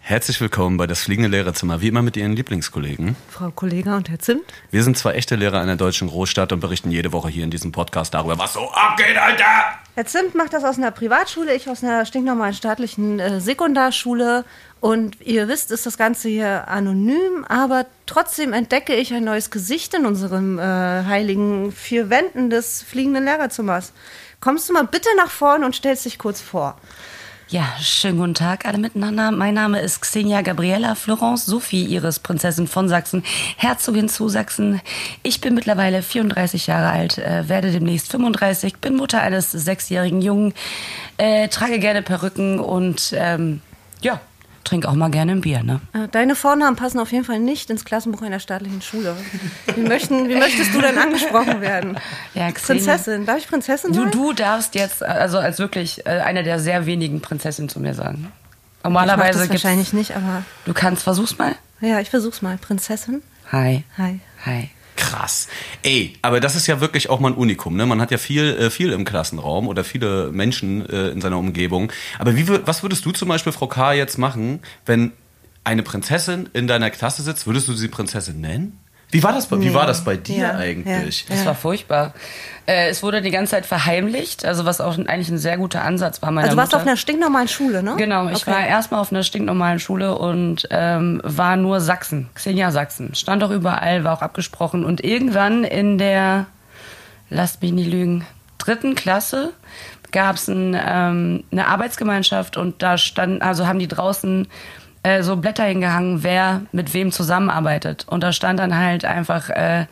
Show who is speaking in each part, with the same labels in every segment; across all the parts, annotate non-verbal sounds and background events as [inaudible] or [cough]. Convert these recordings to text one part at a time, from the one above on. Speaker 1: Herzlich willkommen bei das fliegende Lehrerzimmer, wie immer mit Ihren Lieblingskollegen.
Speaker 2: Frau Kollega und Herr Zimt.
Speaker 1: Wir sind zwei echte Lehrer einer deutschen Großstadt und berichten jede Woche hier in diesem Podcast darüber, was so abgeht, Alter!
Speaker 2: Herr Zimt macht das aus einer Privatschule, ich aus einer stinknormalen staatlichen äh, Sekundarschule. Und ihr wisst, ist das Ganze hier anonym, aber trotzdem entdecke ich ein neues Gesicht in unserem äh, heiligen vier Wänden des fliegenden Lehrerzimmers. Kommst du mal bitte nach vorne und stellst dich kurz vor.
Speaker 3: Ja, schönen guten Tag alle miteinander. Mein Name ist Xenia Gabriella Florence Sophie Iris, Prinzessin von Sachsen, Herzogin zu Sachsen. Ich bin mittlerweile 34 Jahre alt, äh, werde demnächst 35, bin Mutter eines sechsjährigen Jungen, äh, trage gerne Perücken und ähm, ja, trinke auch mal gerne ein Bier. Ne?
Speaker 2: Äh, Deine Vornamen passen auf jeden Fall nicht ins Klassenbuch einer staatlichen Schule. Wie, möchten, wie möchtest du denn angesprochen werden?
Speaker 3: Ja, Xenia.
Speaker 2: Prinzessin. Darf ich Prinzessin
Speaker 3: Du,
Speaker 2: sein?
Speaker 3: du darfst jetzt, also als wirklich äh, eine der sehr wenigen Prinzessinnen zu mir sagen.
Speaker 2: ich mach
Speaker 3: Normalerweise
Speaker 2: das
Speaker 3: gibt's-
Speaker 2: wahrscheinlich nicht, aber
Speaker 3: Du kannst, versuch's mal.
Speaker 2: ja, ich versuch's mal. Prinzessin?
Speaker 3: Hi.
Speaker 2: Hi.
Speaker 3: Hi.
Speaker 1: Krass. Ey, aber das ist ja wirklich auch mal ein Unikum, ne? Man hat ja viel, äh, viel im Klassenraum oder viele Menschen äh, in seiner Umgebung. Aber wie, wür- was würdest du zum Beispiel, Frau K., jetzt machen, wenn eine Prinzessin in deiner Klasse sitzt? Würdest du sie Prinzessin nennen? Wie war das bei, wie war das bei dir
Speaker 2: Ja,
Speaker 1: eigentlich?
Speaker 2: ja.
Speaker 3: Das war furchtbar. Äh, es wurde die ganze Zeit verheimlicht, also was auch eigentlich ein sehr guter Ansatz war meiner
Speaker 2: Also du warst
Speaker 3: Mutter.
Speaker 2: auf einer stinknormalen Schule, ne?
Speaker 3: Genau, ich
Speaker 2: Okay.
Speaker 3: war erstmal auf einer stinknormalen Schule und ähm, war nur Sachsen, Xenia Sachsen. Stand auch überall, war auch abgesprochen. Und irgendwann in der, lasst mich nicht lügen, dritten Klasse gab es ein, ähm, eine Arbeitsgemeinschaft und da standen, also haben die draußen äh, so Blätter hingehangen, wer mit wem zusammenarbeitet. Und da stand dann halt einfach äh,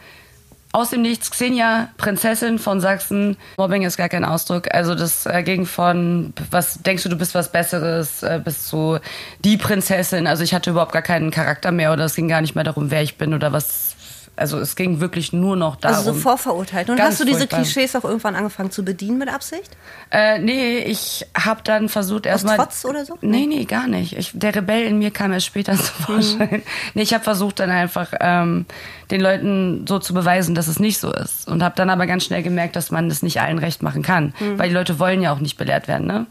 Speaker 3: aus dem Nichts Xenia, Prinzessin von Sachsen. Mobbing ist gar kein Ausdruck. Also das äh, ging von, was denkst du, du bist was Besseres, äh, bis zu die Prinzessin. Also ich hatte überhaupt gar keinen Charakter mehr oder es ging gar nicht mehr darum, wer ich bin oder was. Also es ging wirklich nur noch darum.
Speaker 2: Also so vorverurteilt. Und
Speaker 3: Ganz
Speaker 2: hast du diese
Speaker 3: furchtbar.
Speaker 2: Klischees auch irgendwann angefangen zu bedienen mit Absicht?
Speaker 3: Äh, nee, ich habe dann versucht erstmal.
Speaker 2: Trotz oder so?
Speaker 3: Nee, nee, gar nicht. Ich, der Rebell in mir kam erst später [laughs] zum
Speaker 2: Mhm.
Speaker 3: Vorschein. Nee, ich habe versucht dann einfach ähm, den Leuten so zu beweisen, dass es nicht so ist. Und habe dann aber ganz schnell gemerkt, dass man das nicht allen recht machen kann.
Speaker 2: Mhm.
Speaker 3: Weil die Leute wollen ja auch nicht belehrt werden. Ne?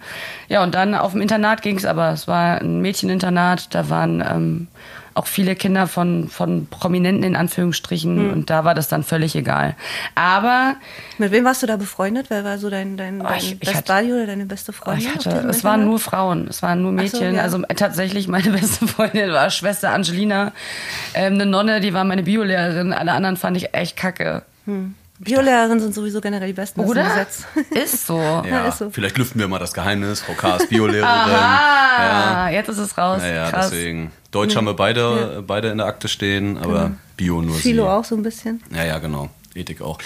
Speaker 3: Ja, und dann auf dem Internat ging's aber. Es war ein Mädcheninternat, da waren ähm, auch viele Kinder von, von Prominenten in Anführungsstrichen.
Speaker 2: Mhm.
Speaker 3: Und da war das dann völlig egal. Aber
Speaker 2: Mit wem warst du da befreundet? Wer war so dein, dein, dein
Speaker 3: Oh, ich- ich
Speaker 2: Best
Speaker 3: hatte-
Speaker 2: Buddy oder deine beste
Speaker 3: Oh,
Speaker 2: Freundin?
Speaker 3: ich
Speaker 2: auf
Speaker 3: hatte,
Speaker 2: diesem
Speaker 3: es waren
Speaker 2: Internat?
Speaker 3: nur Frauen, es waren nur
Speaker 2: ne? Ach so,
Speaker 3: Mädchen.
Speaker 2: ja.
Speaker 3: Also äh, tatsächlich, meine [laughs] beste Freundin war Schwester Angelina, ähm, eine Nonne, die war meine Biolehrerin. Alle anderen fand ich echt kacke.
Speaker 2: Hm. Biolehrerinnen sind sowieso generell die besten. das ist ein
Speaker 3: Oder?
Speaker 2: Gesetz.
Speaker 3: [laughs] Ist so.
Speaker 1: Ja,
Speaker 2: ist so.
Speaker 1: vielleicht lüften wir mal das Geheimnis. Frau K. ist Biolehrerin.
Speaker 3: Aha, Ah, jetzt ist es raus.
Speaker 1: Naja,
Speaker 3: Krass.
Speaker 1: deswegen. Deutsch haben wir beide, beide in der Akte stehen, aber Bio nur
Speaker 2: Genau. [laughs] Philo
Speaker 1: sie.
Speaker 2: auch so ein bisschen.
Speaker 1: Ja, ja, genau. Ethik auch.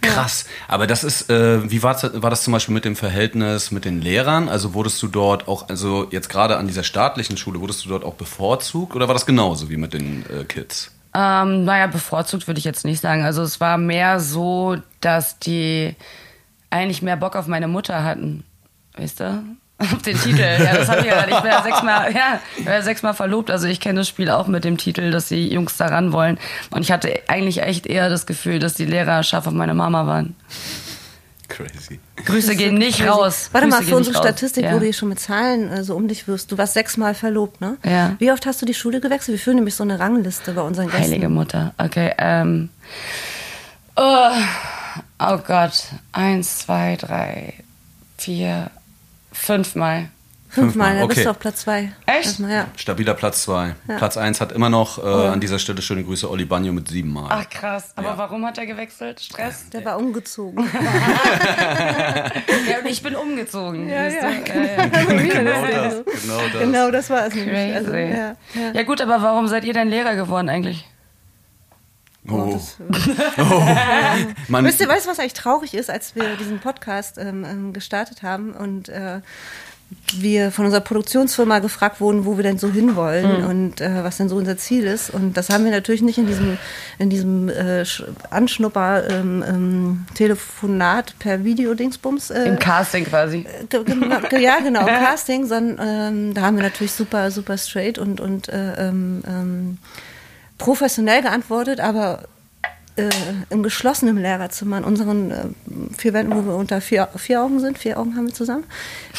Speaker 1: Krass. Aber das ist, äh, wie war, war das zum Beispiel mit dem Verhältnis mit den Lehrern? Also wurdest du dort auch, also jetzt gerade an dieser staatlichen Schule, wurdest du dort auch bevorzugt oder war das genauso wie mit den äh, Kids?
Speaker 3: Ähm, naja, bevorzugt würde ich jetzt nicht sagen. Also es war mehr so, dass die eigentlich mehr Bock auf meine Mutter hatten. Weißt du? [laughs] Auf den Titel. Ja, das hab ich ja gerade. Ich bin ja sechsmal, ja, ich bin ja sechsmal verlobt. Also ich kenne das Spiel auch mit dem Titel, dass die Jungs da ran wollen. Und ich hatte eigentlich echt eher das Gefühl, dass die Lehrer scharf auf meine Mama waren.
Speaker 1: Crazy.
Speaker 3: Grüße gehen nicht raus.
Speaker 2: Warte
Speaker 3: Grüße
Speaker 2: mal,
Speaker 3: gehen
Speaker 2: für unsere
Speaker 3: nicht raus.
Speaker 2: Statistik,
Speaker 3: ja.
Speaker 2: wo du hier schon mit Zahlen äh, so um dich wirst. Du warst sechsmal verlobt, ne?
Speaker 3: Ja.
Speaker 2: Wie oft hast du die Schule gewechselt? Wir führen nämlich so eine Rangliste bei unseren Gästen.
Speaker 3: Heilige Mutter. Okay, ähm. Oh, oh Gott. Eins, zwei, drei, vier, fünfmal.
Speaker 2: Fünfmal,
Speaker 1: Fünfmal,
Speaker 2: da bist
Speaker 1: okay.
Speaker 2: du auf Platz zwei.
Speaker 3: Echt?
Speaker 2: Erstmal, ja. Oh
Speaker 1: Stabiler Platz 2. Platz 1 hat immer noch äh, an dieser Stelle schöne Grüße Olli Bagno mit siebenmal.
Speaker 2: Ah,
Speaker 3: Ach krass. Aber
Speaker 1: Ja.
Speaker 3: warum hat er gewechselt?
Speaker 2: [laughs]
Speaker 3: Stress?
Speaker 2: Der war umgezogen.
Speaker 3: Ja, und ich bin umgezogen.
Speaker 2: Ja,
Speaker 3: weißt
Speaker 2: ja, [laughs]
Speaker 3: du? ja. [laughs]
Speaker 1: genau das. Genau das.
Speaker 2: genau, das war es nämlich.
Speaker 3: Crazy.
Speaker 2: Also, ja, ja.
Speaker 3: ja gut, aber warum seid ihr denn Lehrer geworden eigentlich?
Speaker 2: Oh,
Speaker 1: Oh. [laughs]
Speaker 2: das-
Speaker 1: Man,
Speaker 2: Wisst ihr, weißt du, was eigentlich traurig ist, als wir diesen Podcast ähm, ähm, gestartet haben und äh, wir von unserer Produktionsfirma gefragt wurden, wo wir denn so hinwollen und äh, was denn so unser Ziel ist. Und das haben wir natürlich nicht in diesem, in diesem äh, Sch- Anschnupper ähm, ähm, Telefonat per Videodingsbums äh,
Speaker 3: Im Casting quasi.
Speaker 2: Ge- ge- ge- ja,
Speaker 3: [laughs]
Speaker 2: genau, im Casting, sondern ähm, da haben wir natürlich super, super straight und, und äh, ähm, ähm, professionell geantwortet, aber äh, im geschlossenen Lehrerzimmer in unseren äh, vier Wänden, wo wir unter vier, vier Augen sind, vier Augen haben wir zusammen,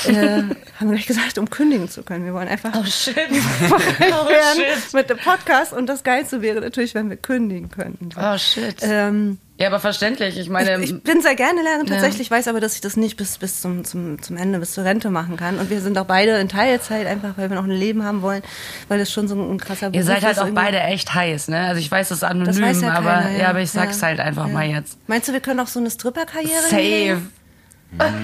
Speaker 2: äh,
Speaker 3: [laughs]
Speaker 2: haben wir gleich gesagt, um kündigen zu können. Wir wollen einfach
Speaker 3: Oh shit.
Speaker 2: oh,
Speaker 3: [laughs]
Speaker 2: [laughs]
Speaker 3: oh
Speaker 2: werden
Speaker 3: shit.
Speaker 2: mit dem Podcast und das Geilste wäre natürlich, wenn wir kündigen könnten.
Speaker 3: Oh shit.
Speaker 2: Ähm,
Speaker 3: Ja, aber verständlich. Ich meine,
Speaker 2: ich bin sehr gerne Lehrerin tatsächlich, weiß aber, dass ich das nicht bis, bis zum, zum, zum Ende, bis zur Rente machen kann. Und wir sind auch beide in Teilzeit, einfach weil wir noch ein Leben haben wollen, weil das schon so ein krasser Beruf
Speaker 3: ihr
Speaker 2: ist.
Speaker 3: seid halt auch
Speaker 2: irgendwie.
Speaker 3: beide echt heiß, ne? Also ich weiß, das ist anonym,
Speaker 2: Das weiß ja
Speaker 3: aber
Speaker 2: keiner,
Speaker 3: ja. aber ich sag's halt einfach
Speaker 2: Ja.
Speaker 3: mal jetzt.
Speaker 2: Meinst du, wir können auch so eine Stripperkarriere
Speaker 3: Safe.
Speaker 2: hinlegen?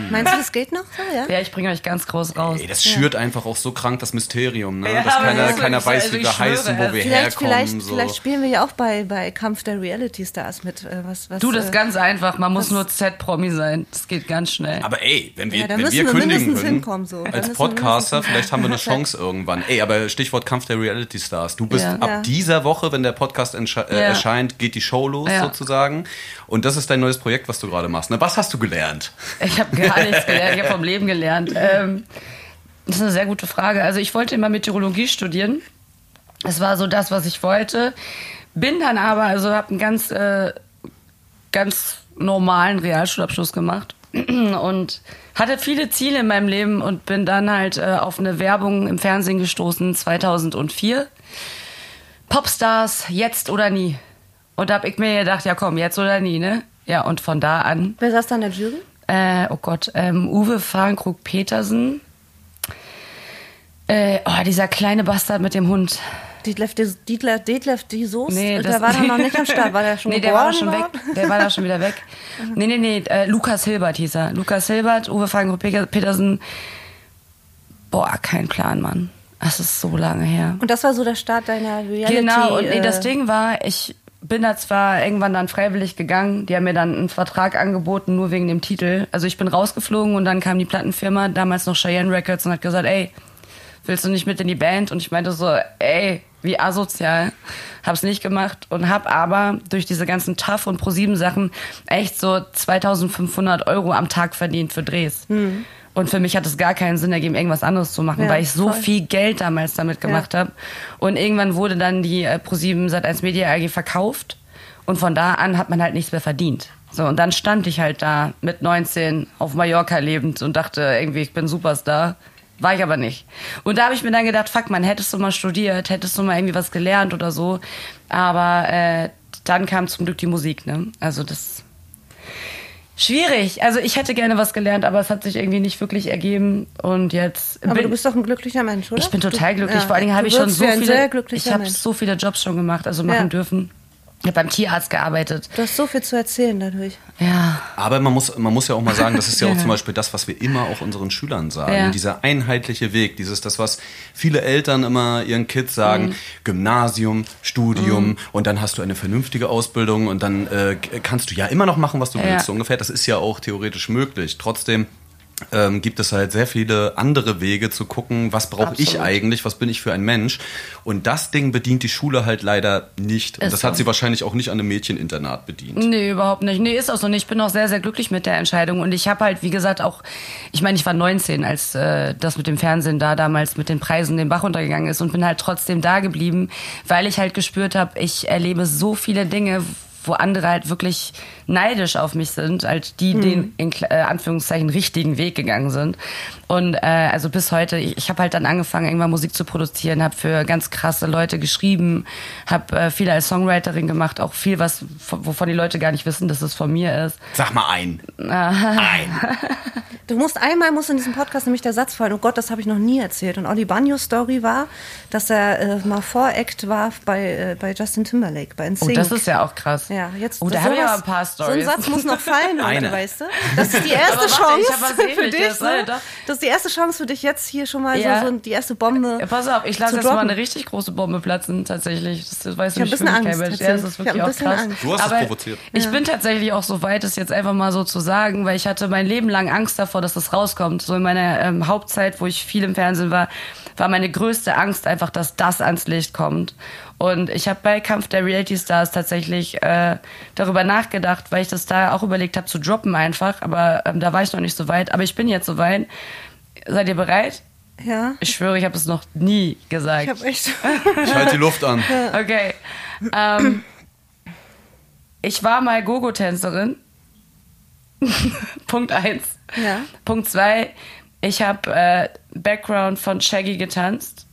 Speaker 2: Meinst du, das geht noch so, ja?
Speaker 3: Ja, ich bringe euch ganz groß raus.
Speaker 1: Ey, das schürt einfach auch so krank das Mysterium, ne?
Speaker 3: Ja,
Speaker 1: dass
Speaker 3: aber
Speaker 1: keiner,
Speaker 3: das ist
Speaker 1: keiner
Speaker 3: wirklich
Speaker 1: weiß, wie
Speaker 3: so, also ich
Speaker 1: wir heißen,
Speaker 3: schwöre
Speaker 1: wo wir
Speaker 3: es.
Speaker 2: Vielleicht,
Speaker 1: herkommen.
Speaker 2: vielleicht,
Speaker 1: so.
Speaker 2: vielleicht spielen wir ja auch bei, bei Kampf der Reality Stars mit. Äh, was, was,
Speaker 3: Du, das
Speaker 2: äh,
Speaker 3: ist ganz einfach. Man muss nur Z-Promi sein. Das geht ganz schnell.
Speaker 1: aber ey, wenn wir,
Speaker 2: Ja, da
Speaker 1: wenn
Speaker 2: müssen
Speaker 1: wir
Speaker 2: wir
Speaker 1: kündigen
Speaker 2: mindestens
Speaker 1: würden,
Speaker 2: hinkommen, so. Da
Speaker 1: als
Speaker 2: müssen wir
Speaker 1: Podcaster,
Speaker 2: mindestens
Speaker 1: vielleicht
Speaker 2: [laughs]
Speaker 1: haben wir eine Chance irgendwann. Ey, aber Stichwort Kampf der Reality Stars. Du bist
Speaker 3: Ja.
Speaker 1: ab
Speaker 2: Ja.
Speaker 1: dieser Woche, wenn der Podcast entsche- äh,
Speaker 3: Ja.
Speaker 1: erscheint, geht die Show los
Speaker 3: Ja.
Speaker 1: sozusagen. Und das ist dein neues Projekt, was du gerade machst. Ne? Was hast du gelernt?
Speaker 3: Ich habe gar nichts gelernt, ich habe vom Leben gelernt. Ähm, das ist eine sehr gute Frage. Also ich wollte immer Meteorologie studieren. Es war so das, was ich wollte. Bin dann aber, also habe einen ganz, äh, ganz normalen Realschulabschluss gemacht [clears throat] und hatte viele Ziele in meinem Leben und bin dann halt äh, auf eine Werbung im Fernsehen gestoßen 2004. Popstars, jetzt oder nie. Und da habe ich mir gedacht, ja komm, jetzt oder nie, ne? Ja, und von da an
Speaker 2: Wer saß da in der Jury?
Speaker 3: äh, oh Gott, ähm, Uwe Fahrenkrug-Petersen. Äh, oh, dieser kleine Bastard mit dem Hund.
Speaker 2: Detlef, die, Detlef, Detlef, die Soße?
Speaker 3: das-
Speaker 2: der war
Speaker 3: [laughs]
Speaker 2: doch noch nicht am Start. War der schon
Speaker 3: nee, der
Speaker 2: geboren? Mhm.
Speaker 3: war doch schon weg.
Speaker 2: überhaupt?
Speaker 3: Der war da schon wieder weg. Nee, nee, nee, äh, Lukas Hilbert hieß er. Lukas Hilbert, Uwe Fahrenkrug-Petersen. Boah, kein Plan, Mann. Das ist so lange her.
Speaker 2: Und das war so der Start deiner Reality.
Speaker 3: Genau, und nee,
Speaker 2: äh,
Speaker 3: das Ding war, ich bin da zwar irgendwann dann freiwillig gegangen, die haben mir dann einen Vertrag angeboten, nur wegen dem Titel. Also ich bin rausgeflogen und dann kam die Plattenfirma, damals noch Cheyenne Records, und hat gesagt, ey, willst du nicht mit in die Band? Und ich meinte so, ey, wie asozial. Hab's nicht gemacht und hab aber durch diese ganzen TAF und Pro7-Sachen echt so 2500 Euro am Tag verdient für Drehs. Und für mich hat es gar keinen Sinn ergeben, irgendwas anderes zu machen,
Speaker 2: Hm. Ja,
Speaker 3: weil ich so
Speaker 2: voll.
Speaker 3: viel viel Geld damals damit gemacht habe. Und irgendwann wurde dann die äh, Pro7 Sat1 Media AG verkauft und von da an hat man halt nichts mehr verdient. So, und dann stand ich halt da mit 19 auf Mallorca lebend und dachte irgendwie, ich bin Superstar. War ich aber nicht. Und da habe ich mir dann gedacht, fuck man, hättest du mal studiert, hättest du mal irgendwie was gelernt oder so. Aber äh, dann kam zum Glück die Musik, ne? Also das schwierig. Also ich hätte gerne was gelernt, aber es hat sich irgendwie nicht wirklich ergeben. Und jetzt
Speaker 2: Aber
Speaker 3: bin-
Speaker 2: du bist doch ein glücklicher Mensch, oder?
Speaker 3: ich bin total
Speaker 2: Du-
Speaker 3: glücklich.
Speaker 2: ja,
Speaker 3: Vor allen Dingen
Speaker 2: du
Speaker 3: habe ich schon
Speaker 2: wirkst
Speaker 3: so
Speaker 2: wie ein Sehr
Speaker 3: viele,
Speaker 2: glücklicher
Speaker 3: ich habe
Speaker 2: Mensch.
Speaker 3: so viele Jobs schon gemacht, also machen
Speaker 2: Ja.
Speaker 3: dürfen. Ich habe beim Tierarzt gearbeitet.
Speaker 2: Du hast so viel zu erzählen dadurch.
Speaker 3: Ja,
Speaker 1: Aber man muss, man muss ja auch mal sagen, das ist ja auch
Speaker 3: Ja.
Speaker 1: zum Beispiel das, was wir immer auch unseren Schülern sagen.
Speaker 3: Ja.
Speaker 1: Dieser einheitliche Weg, dieses, das, was viele Eltern immer ihren Kids sagen,
Speaker 3: Mhm.
Speaker 1: Gymnasium, Studium und dann hast du eine vernünftige Ausbildung und dann äh, kannst du ja immer noch machen, was du
Speaker 3: Ja.
Speaker 1: willst, so ungefähr. Das ist ja auch theoretisch möglich. Trotzdem ähm, gibt es halt sehr viele andere Wege zu gucken, was brauche ich
Speaker 3: Absolut.
Speaker 1: eigentlich, was bin ich für ein Mensch. Und das Ding bedient die Schule halt leider nicht. Und
Speaker 3: Ist
Speaker 1: das hat
Speaker 3: so.
Speaker 1: sie wahrscheinlich auch nicht an einem Mädcheninternat bedient.
Speaker 3: nee, überhaupt nicht. Nee, ist auch so nicht. Ich bin auch sehr, sehr glücklich mit der Entscheidung. Und ich habe halt, wie gesagt, auch, ich meine, ich war 19, als äh, das mit dem Fernsehen da damals mit den Preisen den Bach runtergegangen ist und bin halt trotzdem da geblieben, weil ich halt gespürt habe, ich erlebe so viele Dinge, wo andere halt wirklich neidisch auf mich sind, als die
Speaker 2: Hm.
Speaker 3: den in Kle- äh, Anführungszeichen richtigen Weg gegangen sind. Und äh, also bis heute, ich, ich habe halt dann angefangen, irgendwann Musik zu produzieren, habe für ganz krasse Leute geschrieben, habe äh, viel als Songwriterin gemacht, auch viel, was wovon die Leute gar nicht wissen, dass es von mir ist.
Speaker 1: Sag mal ein. Ein.
Speaker 2: Du musst einmal muss in diesem Podcast nämlich der Satz fallen. Oh Gott, das habe ich noch nie erzählt. Und Oli Banyos Story war, dass er äh, mal Voract war bei, äh, bei Justin Timberlake, bei
Speaker 3: Oh,
Speaker 2: NSYNC.
Speaker 3: das ist ja auch krass.
Speaker 2: Ja, jetzt
Speaker 3: oh, da
Speaker 2: sowas-
Speaker 3: habe ich aber ein paar
Speaker 2: So ein
Speaker 3: Stories.
Speaker 2: Satz muss noch fallen,
Speaker 1: Eine.
Speaker 2: Leute, weißt du? Das ist die erste
Speaker 3: Aber warte, ich
Speaker 2: Chance
Speaker 3: hab was
Speaker 2: für
Speaker 3: Ähnliches,
Speaker 2: dich. Ne?
Speaker 3: Alter.
Speaker 2: Das ist die erste Chance für dich jetzt hier schon mal
Speaker 3: Ja.
Speaker 2: so, so die erste Bombe.
Speaker 3: Ja, pass auf, ich lasse
Speaker 2: zu
Speaker 3: jetzt mal
Speaker 2: droppen.
Speaker 3: eine richtig große Bombe platzen, tatsächlich. Das weiß
Speaker 2: Ich hab
Speaker 3: nicht,
Speaker 2: ein bisschen
Speaker 3: wirklich kein
Speaker 2: Angst,
Speaker 3: Mensch. Ja, das ist
Speaker 2: tatsächlich. Ich hab
Speaker 3: wirklich
Speaker 2: ein
Speaker 3: auch
Speaker 2: bisschen
Speaker 3: krass.
Speaker 2: Angst.
Speaker 1: Du hast es
Speaker 3: Aber
Speaker 1: provoziert.
Speaker 3: Ich bin tatsächlich auch so weit, es jetzt einfach mal so zu sagen, weil ich hatte mein Leben lang Angst davor, dass das rauskommt. So in meiner ähm, Hauptzeit, wo ich viel im Fernsehen war, war meine größte Angst einfach, dass das ans Licht kommt. Und ich habe bei Kampf der Reality Stars tatsächlich äh, darüber nachgedacht, weil ich das da auch überlegt habe zu droppen einfach. Aber ähm, da war ich noch nicht so weit. Aber ich bin jetzt so weit. Seid ihr bereit?
Speaker 2: Ja.
Speaker 3: Ich schwöre, ich habe es noch nie gesagt.
Speaker 2: Ich
Speaker 3: [laughs]
Speaker 2: äh, habe echt.
Speaker 1: Ich halte die Luft an.
Speaker 3: Okay. Ähm, Ich war mal Gogo-Tänzerin. [laughs] Punkt eins.
Speaker 2: Ja.
Speaker 3: Punkt zwei. Ich habe äh, Background von Shaggy getanzt.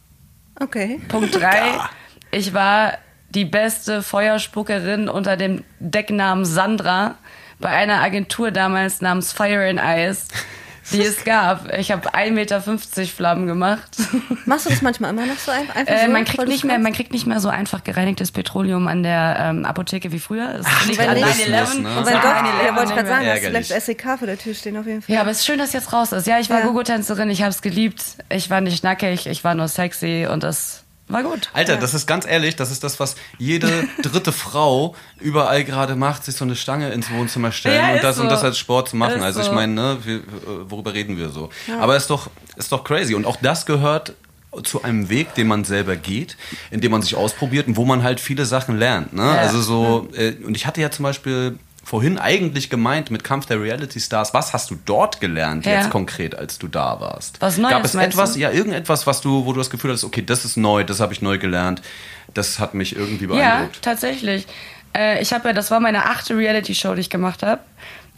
Speaker 2: Okay.
Speaker 3: Punkt
Speaker 2: [laughs]
Speaker 3: drei. Ich war die beste Feuerspuckerin unter dem Decknamen Sandra bei einer Agentur damals namens Fire and Ice, die es gab. Ich habe 1,50 Meter Flammen gemacht. [laughs]
Speaker 2: Machst du das manchmal immer noch so ein- einfach?
Speaker 3: Äh,
Speaker 2: so,
Speaker 3: man,
Speaker 2: weil
Speaker 3: kriegt
Speaker 2: du
Speaker 3: nicht mehr,
Speaker 2: kannst?
Speaker 3: man kriegt nicht mehr so einfach gereinigtes Petroleum an der ähm, Apotheke wie früher. Es liegt
Speaker 2: wenn
Speaker 3: an
Speaker 2: nicht-
Speaker 3: 9-11.
Speaker 1: ne?
Speaker 3: und
Speaker 2: Weil doch, ja,
Speaker 3: an 9/11
Speaker 2: wollte ich
Speaker 3: nehmen
Speaker 2: gerade
Speaker 3: wir-
Speaker 2: sagen, hast du
Speaker 1: Ärgerlich.
Speaker 2: lässt SEK E vor der Tür stehen auf jeden Fall.
Speaker 3: Ja, aber es ist schön, dass jetzt raus ist. Ja, ich war
Speaker 2: Ja.
Speaker 3: Gogo-Tänzerin, ich habe es geliebt. Ich war nicht nackig, ich war nur sexy und das war gut.
Speaker 1: Alter, das ist ganz ehrlich, das ist das, was jede
Speaker 3: [laughs]
Speaker 1: dritte Frau überall gerade macht, sich so eine Stange ins Wohnzimmer stellen
Speaker 3: Ja,
Speaker 1: und
Speaker 3: ist
Speaker 1: das und
Speaker 3: so.
Speaker 1: das als Sport zu machen.
Speaker 3: Ist
Speaker 1: also ich
Speaker 3: so.
Speaker 1: meine, ne, wir, äh, worüber reden wir so? Aber ist doch, ist doch crazy. Und auch das gehört zu einem Weg, den man selber geht, in dem man sich ausprobiert und wo man halt viele Sachen lernt. Ne? Also so,
Speaker 3: Hm.
Speaker 1: äh, und ich hatte ja zum Beispiel vorhin eigentlich gemeint mit Kampf der Reality Stars, was hast du dort gelernt
Speaker 3: Ja.
Speaker 1: jetzt konkret, als du da warst?
Speaker 3: Was Neues,
Speaker 1: Gab es
Speaker 3: meinst
Speaker 1: etwas,
Speaker 3: du?
Speaker 1: ja, irgendetwas, was du, wo du das Gefühl hast, okay, das ist neu, das habe ich neu gelernt, das hat mich irgendwie
Speaker 3: Ja,
Speaker 1: beeindruckt.
Speaker 3: tatsächlich. Äh, ich habe ja, das war meine achte Reality-Show, die ich gemacht habe.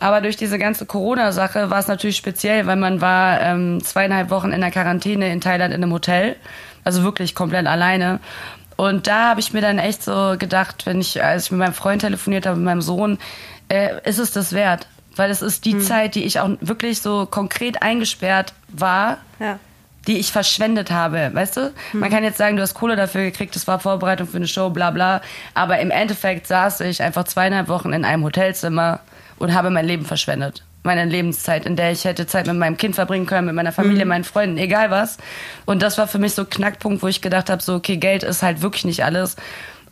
Speaker 3: Aber durch diese ganze Corona-Sache war es natürlich speziell, weil man war ähm, zweieinhalb Wochen in der Quarantäne in Thailand in einem Hotel. Also wirklich komplett alleine. Und da habe ich mir dann echt so gedacht, wenn ich, als ich mit meinem Freund telefoniert habe, mit meinem Sohn, äh, ist es das wert? Weil es ist die Zeit, die ich auch wirklich so konkret eingesperrt war,
Speaker 2: Ja.
Speaker 3: die ich verschwendet habe, weißt du? Man kann jetzt sagen, du hast Kohle dafür gekriegt, das war Vorbereitung für eine Show, bla bla. Aber im Endeffekt saß ich einfach zweieinhalb Wochen in einem Hotelzimmer und habe mein Leben verschwendet. Meine Lebenszeit, in der ich hätte Zeit mit meinem Kind verbringen können, mit meiner Familie, meinen Freunden, egal was. Und das war für mich so ein Knackpunkt, wo ich gedacht habe, so, okay, Geld ist halt wirklich nicht alles.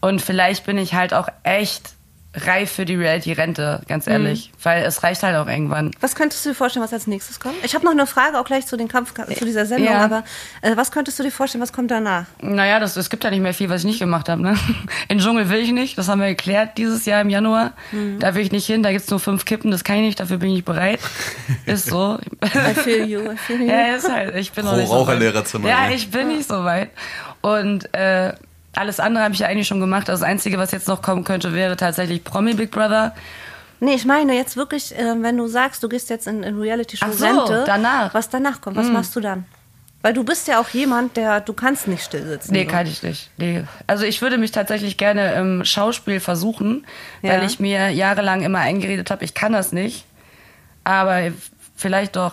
Speaker 3: Und vielleicht bin ich halt auch echt reif für die Reality-Rente, ganz ehrlich. Weil es reicht halt auch irgendwann.
Speaker 2: Was könntest du dir vorstellen, was als nächstes kommt? Ich habe noch eine Frage auch gleich zu den Kampf zu dieser Sendung,
Speaker 3: Ja.
Speaker 2: aber äh, was könntest du dir vorstellen, was kommt danach?
Speaker 3: Naja, das, es gibt ja nicht mehr viel, was ich nicht gemacht habe. Ne? [laughs] In den Dschungel will ich nicht, das haben wir geklärt dieses Jahr im Januar. Da will ich nicht hin, da gibt's nur fünf Kippen, das kann ich nicht, dafür bin ich nicht bereit. Ist so.
Speaker 2: I feel
Speaker 3: [laughs]
Speaker 2: you, I feel you.
Speaker 3: ja, ist halt, ich bin noch
Speaker 1: Pro
Speaker 3: nicht so weit.
Speaker 1: Raucherlehrerzimmer,
Speaker 3: Ja,
Speaker 1: ne?
Speaker 3: ich bin nicht so weit. Und äh, alles andere habe ich ja eigentlich schon gemacht. Also Das Einzige, was jetzt noch kommen könnte, wäre tatsächlich Promi Big Brother.
Speaker 2: Nee, ich meine jetzt wirklich, äh, wenn du sagst, du gehst jetzt in, in Reality-Show
Speaker 3: Ach so,
Speaker 2: Rente,
Speaker 3: danach. Hm.
Speaker 2: was danach kommt, was machst du dann? Weil du bist ja auch jemand, der, du kannst nicht still sitzen.
Speaker 3: Nee,
Speaker 2: so.
Speaker 3: kann ich nicht. Nee. Also ich würde mich tatsächlich gerne im Schauspiel versuchen,
Speaker 2: Ja.
Speaker 3: weil ich mir jahrelang immer eingeredet habe, ich kann das nicht. Aber vielleicht doch.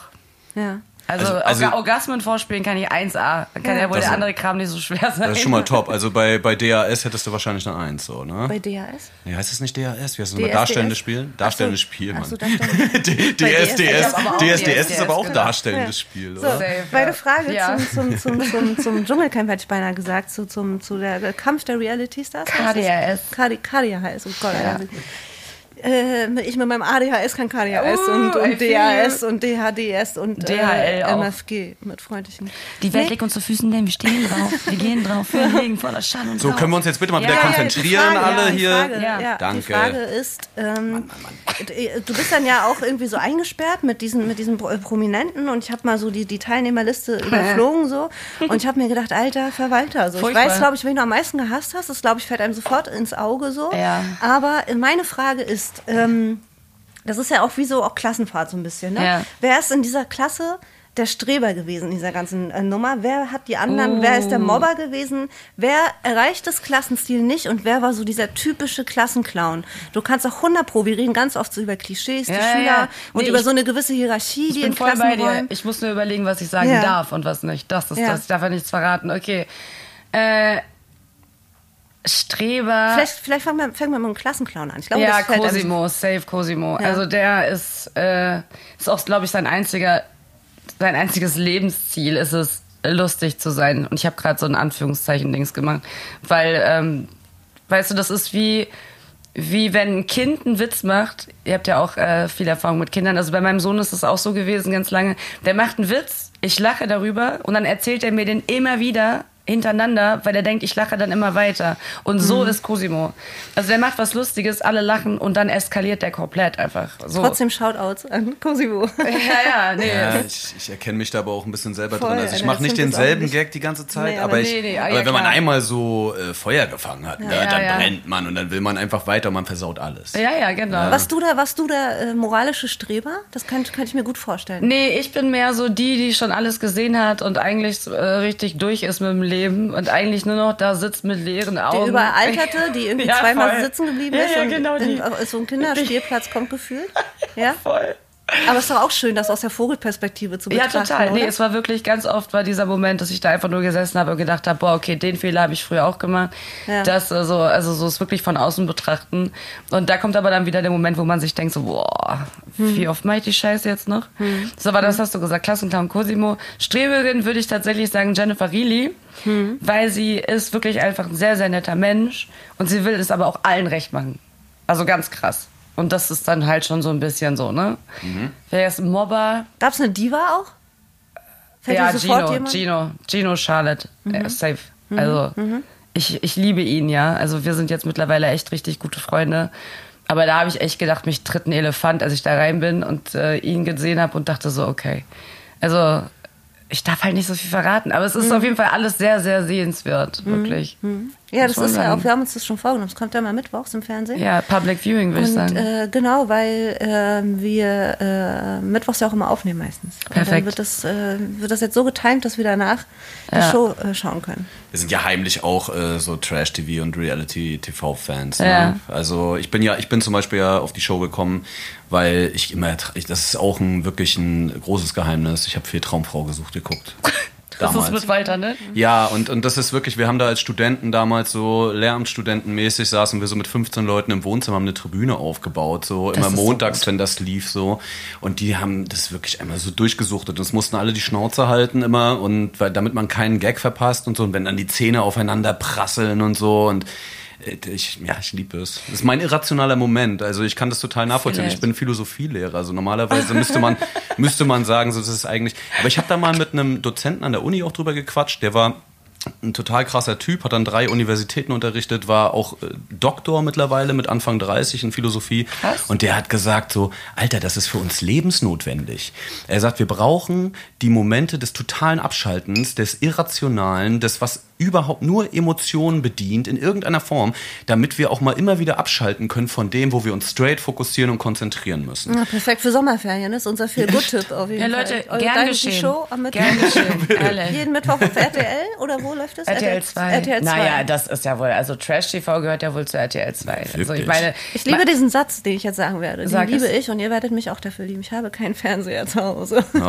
Speaker 2: Ja.
Speaker 3: Also,
Speaker 1: Also- also-
Speaker 3: Orga- Orgasmen vorspielen kann ich 1A. Dann kann ja, wohl
Speaker 1: Das-
Speaker 3: der andere Kram nicht so schwer sein.
Speaker 1: Das ist schon mal top. Also bei, bei DAS hättest du wahrscheinlich eine Eins, so, ne?
Speaker 2: Bei DHS?
Speaker 1: Nee, heißt das nicht DAS? Wie heißt das nochmal?
Speaker 2: DSDS?
Speaker 1: Darstellendes Spiel?
Speaker 2: Ach
Speaker 1: Darstellendes
Speaker 2: so.
Speaker 1: Spiel,
Speaker 2: Ach
Speaker 1: Mann.
Speaker 2: so, darstellendes-
Speaker 1: [laughs] DSDS.
Speaker 3: Ich hab aber auch
Speaker 1: DSDS ist
Speaker 3: DSDS,
Speaker 1: aber auch
Speaker 3: genau.
Speaker 1: darstellendes Spiel,
Speaker 2: So, äh,
Speaker 1: oder?
Speaker 3: Safe,
Speaker 2: meine
Speaker 3: ja.
Speaker 2: Frage
Speaker 3: Ja.
Speaker 2: zum, zum, zum, zum, zum Dschungelcamp hätte ich beinahe gesagt, zu, zum, zu der, der Kampf der Reality Stars.
Speaker 3: KDRS.
Speaker 2: KD, KDHS, oh Gott. Alter. Äh, ich mit meinem ADHS kann KDHS
Speaker 3: Uh,
Speaker 2: und,
Speaker 3: I
Speaker 2: und
Speaker 3: feel
Speaker 2: DHS und DHDS und äh,
Speaker 3: DHL auch.
Speaker 2: MFG mit freundlichen.
Speaker 3: Die Welt liegt uns zu Füßen, denn wir stehen drauf. Wir gehen drauf, [laughs] wir legen voller Schall und
Speaker 1: So, können wir uns jetzt bitte mal wieder
Speaker 3: Ja, ja, die
Speaker 1: konzentrieren,
Speaker 2: die Frage,
Speaker 1: alle
Speaker 2: die
Speaker 1: hier?
Speaker 2: Frage, ja.
Speaker 3: Ja.
Speaker 2: Die
Speaker 1: Danke.
Speaker 2: Frage ist, ähm, d- äh, du bist dann ja auch irgendwie so eingesperrt mit diesen, mit diesen Pro- äh, Prominenten und ich habe mal so die, die
Speaker 3: [laughs]
Speaker 2: Teilnehmerliste überflogen so und ich habe mir gedacht, alter Verwalter, so. ich
Speaker 3: Furchtbar.
Speaker 2: weiß, glaube ich, wen du am meisten gehasst hast, das glaube ich fällt einem sofort ins Auge so.
Speaker 3: Ja.
Speaker 2: Aber äh, meine Frage ist, ähm, das ist ja auch wie so auch Klassenfahrt so ein bisschen. Ne?
Speaker 3: Ja.
Speaker 2: Wer ist in dieser Klasse der Streber gewesen in dieser ganzen äh, Nummer? Wer hat die anderen? Wer
Speaker 3: Oh.
Speaker 2: ist der Mobber gewesen? Wer erreicht das Klassenziel nicht? Und wer war so dieser typische Klassenclown? Du kannst auch 100 Pro, wir reden ganz oft so über Klischees, die
Speaker 3: Ja,
Speaker 2: Schüler
Speaker 3: ja.
Speaker 2: und
Speaker 3: Nee,
Speaker 2: über
Speaker 3: ich-
Speaker 2: so eine gewisse Hierarchie, die
Speaker 3: ich bin
Speaker 2: in
Speaker 3: voll bei dir.
Speaker 2: Klassenräumen...
Speaker 3: Ich muss nur überlegen, was ich sagen
Speaker 2: Ja.
Speaker 3: darf und was nicht. Das ist
Speaker 2: Ja.
Speaker 3: das. Ich darf ja nichts verraten. Okay. Äh, Streber.
Speaker 2: Vielleicht, vielleicht fangen wir, fangen wir mit dem Klassenclown an. Ich glaube,
Speaker 3: ja,
Speaker 2: das fällt einem-
Speaker 3: Cosimo, safe Cosimo.
Speaker 2: Ja.
Speaker 3: Also der ist, äh, ist auch, glaube ich, sein einziger, sein einziges Lebensziel ist es, lustig zu sein. Und ich habe gerade so ein Anführungszeichen-Dings gemacht. Weil, ähm, weißt du, das ist wie, wie wenn ein Kind einen Witz macht. Ihr habt ja auch äh, viel Erfahrung mit Kindern. Also bei meinem Sohn ist es auch so gewesen, ganz lange. Der macht einen Witz, ich lache darüber und dann erzählt er mir den immer wieder hintereinander, weil er denkt, ich lache dann immer weiter. Und so
Speaker 2: Mhm.
Speaker 3: ist Cosimo. Also der macht was Lustiges, alle lachen und dann eskaliert der komplett einfach. So.
Speaker 2: Trotzdem Shoutouts an Cosimo.
Speaker 3: Ja, ja, nee.
Speaker 1: Ja, ich, ich erkenne mich da aber auch ein bisschen selber
Speaker 2: Voll,
Speaker 1: drin. Also ich
Speaker 2: Alter,
Speaker 1: mache
Speaker 2: das
Speaker 1: nicht
Speaker 2: stimmt, das
Speaker 1: denselben
Speaker 2: auch nicht.
Speaker 1: Gag die ganze Zeit,
Speaker 2: Nee, aber
Speaker 1: aber, ich,
Speaker 3: nee, nee, ah,
Speaker 1: aber
Speaker 3: ja,
Speaker 1: wenn man
Speaker 3: klar.
Speaker 1: einmal so äh, Feuer gefangen hat, ne,
Speaker 3: Ja,
Speaker 1: dann
Speaker 3: ja.
Speaker 1: brennt man und dann will man einfach weiter und man versaut alles.
Speaker 3: ja, ja, genau.
Speaker 2: Warst du da, warst du da äh, moralische Streber? Das kann, kann ich mir gut vorstellen.
Speaker 3: Nee, ich bin mehr so die, die schon alles gesehen hat und eigentlich äh, richtig durch ist mit dem Leben und eigentlich nur noch da sitzt mit leeren Augen.
Speaker 2: Die
Speaker 3: [laughs]
Speaker 2: überalterte, die irgendwie
Speaker 3: Ja,
Speaker 2: zweimal
Speaker 3: voll.
Speaker 2: sitzen geblieben
Speaker 3: ja,
Speaker 2: ist
Speaker 3: Ja,
Speaker 2: und
Speaker 3: genau
Speaker 2: in,
Speaker 3: die.
Speaker 2: auf so ein Kinderspielplatz kommt
Speaker 3: [laughs]
Speaker 2: gefühlt. Ja?
Speaker 3: Voll.
Speaker 2: Aber es ist doch auch schön, das aus der Vogelperspektive zu
Speaker 3: Ja,
Speaker 2: betrachten.
Speaker 3: total. Nee,
Speaker 2: Oder?
Speaker 3: es war wirklich ganz oft war dieser Moment, dass ich da einfach nur gesessen habe und gedacht habe, boah, okay, den Fehler habe ich früher auch gemacht.
Speaker 2: Ja.
Speaker 3: Das äh, so, also so ist wirklich von außen betrachten. Und da kommt aber dann wieder der Moment, wo man sich denkt so, boah,
Speaker 2: Hm.
Speaker 3: wie oft mache ich die Scheiße jetzt noch? So, aber das hast du gesagt, Klassenclown Cosimo. Streberin würde ich tatsächlich sagen Jennifer Reilly,
Speaker 2: Hm.
Speaker 3: weil sie ist wirklich einfach ein sehr, sehr netter Mensch und sie will es aber auch allen recht machen. Also ganz krass. Und das ist dann halt schon so ein bisschen so, ne? Wer ist ein Mobber?
Speaker 2: Gab es eine Diva auch? Fällt
Speaker 3: ja,
Speaker 2: dir sofort
Speaker 3: Gino,
Speaker 2: jemand? Mhm.
Speaker 3: Gino, Gino Charlotte, äh, safe. Also ich, ich liebe ihn, ja. Also wir sind jetzt mittlerweile echt richtig gute Freunde. Aber da habe ich echt gedacht, mich tritt ein Elefant, als ich da rein bin und äh, ihn gesehen habe und dachte so, okay. Also ich darf halt nicht so viel verraten, aber es ist
Speaker 2: Mhm.
Speaker 3: auf jeden Fall alles sehr, sehr sehenswert, wirklich.
Speaker 2: Ja,
Speaker 3: Muss
Speaker 2: das
Speaker 3: man
Speaker 2: ist ja
Speaker 3: sagen.
Speaker 2: auch, wir haben uns das schon vorgenommen. Es kommt ja mal mittwochs im Fernsehen.
Speaker 3: Ja, Public Viewing würde ich
Speaker 2: Und
Speaker 3: sagen.
Speaker 2: äh, genau, weil ähm, wir äh, mittwochs ja auch immer aufnehmen meistens. Und
Speaker 3: Perfekt.
Speaker 2: Dann wird das, äh, wird das jetzt so getimt, dass wir danach
Speaker 3: Ja.
Speaker 2: die Show äh, schauen können.
Speaker 1: Wir sind ja heimlich auch äh, so Trash-TV und Reality-TV-Fans.
Speaker 3: Ja.
Speaker 1: Ne? Also ich bin ja, ich bin zum Beispiel ja auf die Show gekommen, weil ich immer, ich, das ist auch ein wirklich ein großes Geheimnis. Ich habe viel Traumfrau gesucht geguckt.
Speaker 3: [laughs] das ist mit Walter,
Speaker 2: [laughs]
Speaker 3: ne?
Speaker 1: Mhm. Ja, und, und das ist wirklich, wir haben da als Studenten damals so Lehramtsstudentenmäßig saßen wir so mit 15 Leuten im Wohnzimmer, haben eine Tribüne aufgebaut, so immer
Speaker 3: ist so
Speaker 1: montags, wenn das lief so. Und die haben das wirklich einmal so durchgesuchtet. Und es mussten alle die Schnauze halten immer und weil, damit man keinen Gag verpasst und so. Und wenn dann die Zähne aufeinander prasseln und so und äh, ich, ja, ich liebe es. Das ist mein irrationaler Moment. Also ich kann das total nachvollziehen.
Speaker 3: Vielleicht.
Speaker 1: Ich bin Philosophielehrer. Also normalerweise müsste man, müsste man sagen, so das ist eigentlich. Aber ich habe da mal mit einem Dozenten an der Uni auch drüber gequatscht. Der war ein total krasser Typ, hat an drei Universitäten unterrichtet, war auch äh, Doktor mittlerweile mit Anfang 30 in Philosophie.
Speaker 3: Krass.
Speaker 1: Und der hat gesagt so, Alter, das ist für uns lebensnotwendig. Er sagt, wir brauchen die Momente des totalen Abschaltens, des Irrationalen, des, was überhaupt nur Emotionen bedient, in irgendeiner Form, damit wir auch mal immer wieder abschalten können von dem, wo wir uns straight fokussieren und konzentrieren müssen.
Speaker 3: Mhm.
Speaker 2: Na, Ah, perfekt für Sommerferien ist unser viel good tipp auf jeden
Speaker 3: Ja,
Speaker 2: Fall.
Speaker 3: Leute,
Speaker 2: Eure
Speaker 3: gern
Speaker 2: Danke, die
Speaker 3: geschehen.
Speaker 2: Show am Mittwoch.
Speaker 3: Gern geschehen, ehrlich.
Speaker 2: [laughs] Jeden Mittwoch auf RTL oder wo läuft das?
Speaker 3: RTL 2.
Speaker 2: RTL 2.
Speaker 3: Naja, das ist ja wohl, also Trash TV gehört ja wohl zu RTL 2. Also ich
Speaker 1: Wirklich?
Speaker 3: meine,
Speaker 2: ich liebe diesen Satz, den ich jetzt sagen werde. Den
Speaker 3: Sag es.
Speaker 2: liebe ich und ihr werdet mich auch dafür lieben. Ich habe keinen Fernseher zu Hause.
Speaker 1: Oh.
Speaker 2: [laughs]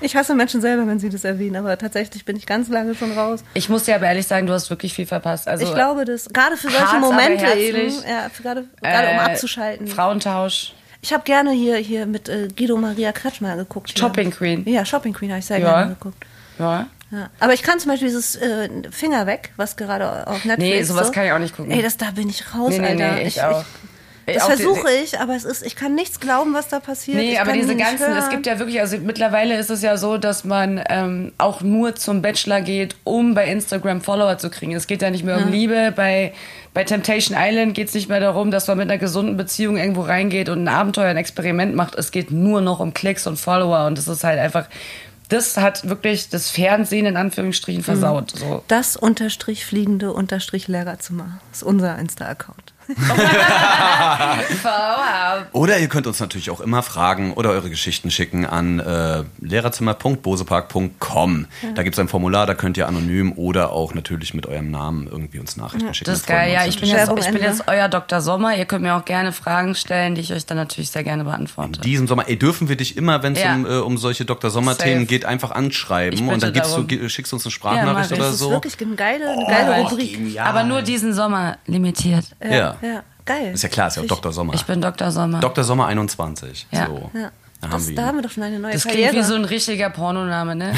Speaker 2: Ich hasse Menschen selber, wenn sie das erwähnen, aber tatsächlich bin ich ganz lange schon raus.
Speaker 3: Ich muss dir aber ehrlich sagen, du hast wirklich viel verpasst. Also,
Speaker 2: Ich glaube das. Gerade für solche
Speaker 3: Harz, aber
Speaker 2: Momente eben.
Speaker 3: herzlich.
Speaker 2: Ja, für gerade gerade um
Speaker 3: äh,
Speaker 2: abzuschalten.
Speaker 3: Frauentausch.
Speaker 2: Ich habe gerne hier, hier mit äh, Guido Maria Kretsch mal geguckt. hier.
Speaker 3: Shopping Queen.
Speaker 2: Ja, Shopping Queen habe ich sehr
Speaker 3: Ja.
Speaker 2: gerne geguckt.
Speaker 3: Ja.
Speaker 2: Ja. Aber ich kann zum Beispiel dieses äh, Finger weg, was gerade auf Netflix
Speaker 3: Nee, sowas
Speaker 2: so.
Speaker 3: kann ich auch nicht gucken.
Speaker 2: Ey, das, da bin ich raus,
Speaker 3: Nee, nee,
Speaker 2: Alter.
Speaker 3: nee, ich auch. Ey,
Speaker 2: das
Speaker 3: auch die-
Speaker 2: versuche ich, aber es ist, ich kann nichts glauben, was da passiert.
Speaker 3: Nee,
Speaker 2: ich
Speaker 3: aber
Speaker 2: kann
Speaker 3: diese
Speaker 2: nicht
Speaker 3: ganzen,
Speaker 2: hören.
Speaker 3: es gibt ja wirklich, also mittlerweile ist es ja so, dass man ähm, auch nur zum Bachelor geht, um bei Instagram Follower zu kriegen. Es geht ja nicht mehr um Liebe. Bei, bei Temptation Island geht es nicht mehr darum, dass man mit einer gesunden Beziehung irgendwo reingeht und ein Abenteuer, ein Experiment macht. Es geht nur noch um Klicks und Follower und das ist halt einfach, das hat wirklich das Fernsehen in Anführungsstrichen versaut. So.
Speaker 2: Das unterstrich fliegende unterstrich Lehrerzimmer ist unser Insta-Account.
Speaker 3: Follower.
Speaker 1: Oder ihr könnt uns natürlich auch immer fragen oder eure Geschichten schicken an äh, lehrerzimmer.bosepark.com. Da gibt es ein Formular, da könnt ihr anonym oder auch natürlich mit eurem Namen irgendwie uns Nachrichten schicken.
Speaker 3: Das ist
Speaker 1: freuen
Speaker 3: geil,
Speaker 1: wir
Speaker 3: ja.
Speaker 1: uns
Speaker 3: Ich bin,
Speaker 1: natürlich.
Speaker 3: jetzt,
Speaker 2: Werbung
Speaker 3: ich bin
Speaker 2: Ende.
Speaker 3: jetzt euer Dr. Sommer. Ihr könnt mir auch gerne Fragen stellen, die ich euch dann natürlich sehr gerne beantworte.
Speaker 1: in diesem Sommer, ey, dürfen wir dich immer, wenn es
Speaker 3: Ja.
Speaker 1: um, äh, um solche Dr.
Speaker 3: Safe.
Speaker 1: Sommer-Themen geht, einfach
Speaker 3: Ich
Speaker 1: anschreiben
Speaker 3: bitte
Speaker 1: und dann gibst du,
Speaker 3: darum.
Speaker 1: ge- schickst du uns eine
Speaker 3: Ja, mach
Speaker 1: Sprachnachricht
Speaker 3: ich.
Speaker 1: oder
Speaker 2: Das ist
Speaker 1: so. Oh,
Speaker 2: wirklich eine geile, eine geile Rubrik.
Speaker 1: genial.
Speaker 3: Aber nur diesen Sommer limitiert.
Speaker 1: Ja.
Speaker 2: Ja, geil.
Speaker 1: Ist ja klar, ist ja auch Dr. Sommer.
Speaker 3: Ich bin Dr. Sommer.
Speaker 1: Dr. Sommer 21.
Speaker 3: Ja.
Speaker 1: So.
Speaker 2: Ja.
Speaker 1: Da haben
Speaker 2: Das,
Speaker 1: wir
Speaker 2: da haben
Speaker 1: ihn.
Speaker 2: wir doch schon eine neue
Speaker 3: Das klingt
Speaker 2: Karriere.
Speaker 3: wie so ein richtiger
Speaker 1: [laughs]
Speaker 3: Pornoname, ne?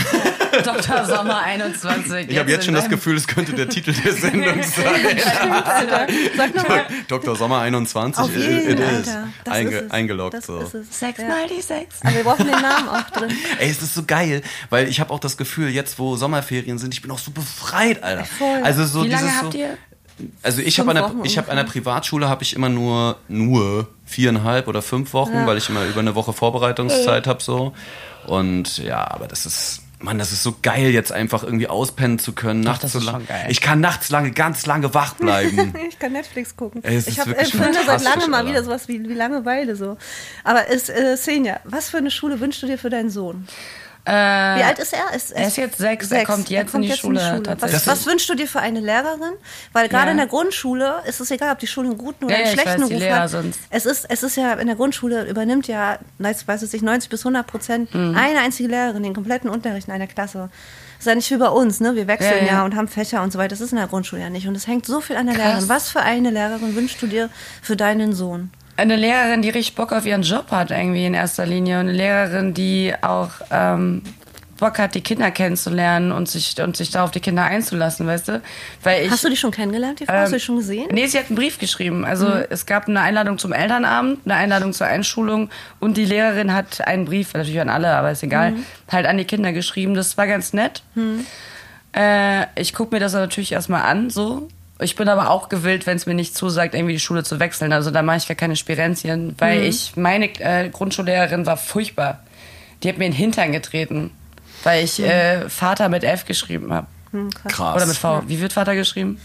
Speaker 3: Dr. Sommer 21.
Speaker 1: Ich habe jetzt schon das
Speaker 3: in deinem-
Speaker 1: Gefühl, es könnte der Titel
Speaker 3: [laughs]
Speaker 1: der Sendung sein.
Speaker 2: [laughs] Alter.
Speaker 1: [laughs]
Speaker 2: Sag nochmal.
Speaker 1: Dr. Sommer 21,
Speaker 2: Auf jeden, Alter. Das
Speaker 1: Einge
Speaker 2: ist es.
Speaker 1: Eingeloggt
Speaker 2: das
Speaker 1: so.
Speaker 2: Ist es.
Speaker 3: Sex
Speaker 2: ja.
Speaker 3: mal die Sex.
Speaker 2: Aber wir brauchen den Namen auch
Speaker 3: [laughs]
Speaker 2: drin.
Speaker 1: Ey, es ist so geil, weil ich habe auch das Gefühl, jetzt wo Sommerferien sind, ich bin auch so befreit, Alter.
Speaker 2: Voll.
Speaker 1: Also so
Speaker 3: Wie lange
Speaker 1: dieses
Speaker 3: habt
Speaker 1: so,
Speaker 3: ihr?
Speaker 1: Also ich
Speaker 2: Fünf
Speaker 1: habe an, der-
Speaker 2: Wochen
Speaker 1: ich hab an der Privatschule habe ich immer nur nur viereinhalb oder fünf Wochen, weil ich immer über eine Woche Vorbereitungszeit habe so. Und ja, aber das ist Mann, das ist so geil, jetzt einfach irgendwie auspennen zu können, nachts
Speaker 3: das
Speaker 1: so
Speaker 3: ist
Speaker 1: lange.
Speaker 3: schon geil.
Speaker 1: Ich kann nachts lange, ganz lange wach
Speaker 3: [laughs]
Speaker 1: bleiben.
Speaker 2: [laughs] Ich kann Netflix gucken.
Speaker 1: Ey, es ist
Speaker 2: ich habe äh,
Speaker 1: wirklich
Speaker 2: finde seit
Speaker 1: fantastisch,
Speaker 2: lange mal
Speaker 1: Alter.
Speaker 2: wieder sowas wie, wie Langeweile so. Aber ist, äh, Senja, was für eine Schule wünschst du dir für deinen Sohn?
Speaker 3: Äh,
Speaker 2: Wie alt ist er? Ist,
Speaker 3: Er ist jetzt sechs, er kommt jetzt in die Schule,
Speaker 2: Was,
Speaker 3: tatsächlich.
Speaker 2: was wünschst du dir für eine Lehrerin? Weil gerade
Speaker 3: Ja.
Speaker 2: in der Grundschule ist es egal, ob die Schule einen guten oder
Speaker 3: Ja,
Speaker 2: einen
Speaker 3: ja, ich
Speaker 2: schlechten
Speaker 3: weiß, die
Speaker 2: Ruf
Speaker 3: Lehrer
Speaker 2: hat.
Speaker 3: sind's.
Speaker 2: Es ist, es ist ja in der Grundschule übernimmt ja, weiß weiß ich nicht, 90 bis 100 Prozent
Speaker 3: Mhm.
Speaker 2: eine einzige Lehrerin den kompletten Unterricht in einer Klasse. Das ist ja nicht wie bei uns, ne? Wir wechseln
Speaker 3: Ja,
Speaker 2: ja,
Speaker 3: ja.
Speaker 2: und haben Fächer und so weiter. Das ist in der Grundschule ja nicht. Und es hängt so viel an der
Speaker 3: Krass.
Speaker 2: Lehrerin. Was für eine Lehrerin wünschst du dir für deinen Sohn?
Speaker 3: eine Lehrerin, die richtig Bock auf ihren Job hat, irgendwie in erster Linie. Und eine Lehrerin, die auch ähm, Bock hat, die Kinder kennenzulernen und sich, und sich da auf die Kinder einzulassen, weißt du? Weil ich, Ähm,
Speaker 2: Hast du die schon kennengelernt? Die Frau? Hast du die schon gesehen? Mhm.
Speaker 3: Nee, sie hat einen Brief geschrieben. Also es gab eine Einladung zum Elternabend, eine Einladung zur Einschulung und die Lehrerin hat einen Brief, natürlich an alle, aber ist egal,
Speaker 2: Mhm.
Speaker 3: halt an die Kinder geschrieben. Das war ganz nett. Äh, ich gucke mir das natürlich erstmal an, so. Ich bin aber auch gewillt, wenn es mir nicht zusagt, irgendwie die Schule zu wechseln. Also da mache ich gar keine Spirenzien,
Speaker 2: Mhm.
Speaker 3: weil ich, meine äh, Grundschullehrerin war furchtbar. Die hat mir in den Hintern getreten, weil ich äh, Vater mit F geschrieben habe.
Speaker 2: Mhm. Hm, krass.
Speaker 1: Krass.
Speaker 3: Oder mit V. Wie wird Vater geschrieben?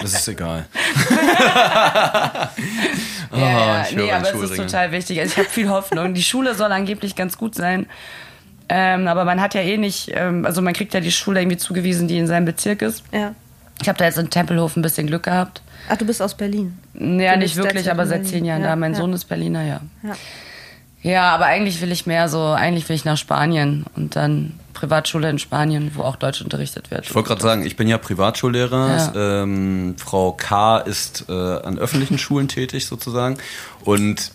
Speaker 1: Das ist egal.
Speaker 3: [laughs]
Speaker 1: [laughs] Ah,
Speaker 3: ja, ja.
Speaker 1: ich höre
Speaker 3: nee,
Speaker 1: einen
Speaker 3: aber es ist
Speaker 1: Schulringen.
Speaker 3: total wichtig. Also ich habe viel Hoffnung. Die Schule soll angeblich ganz gut sein. Ähm, aber man hat ja eh nicht, ähm, also man kriegt ja die Schule irgendwie zugewiesen, die in seinem Bezirk ist.
Speaker 2: Ja.
Speaker 3: Ich habe da jetzt in Tempelhof ein bisschen Glück gehabt.
Speaker 2: Ach, du bist aus Berlin.
Speaker 3: Naja,
Speaker 2: Du
Speaker 3: nicht
Speaker 2: bist
Speaker 3: wirklich,
Speaker 2: derzeit
Speaker 3: aber
Speaker 2: in
Speaker 3: seit
Speaker 2: Berlin.
Speaker 3: zehn Jahren
Speaker 2: Ja,
Speaker 3: da. Mein
Speaker 2: ja.
Speaker 3: Sohn ist Berliner, ja.
Speaker 2: Ja.
Speaker 3: Ja, aber eigentlich will ich mehr so, eigentlich will ich nach Spanien und dann Privatschule in Spanien, wo auch Deutsch unterrichtet wird.
Speaker 1: Ich wollte gerade sagen, ich bin ja Privatschullehrer. Ähm, Frau K. ist äh, an öffentlichen Schulen tätig sozusagen. Und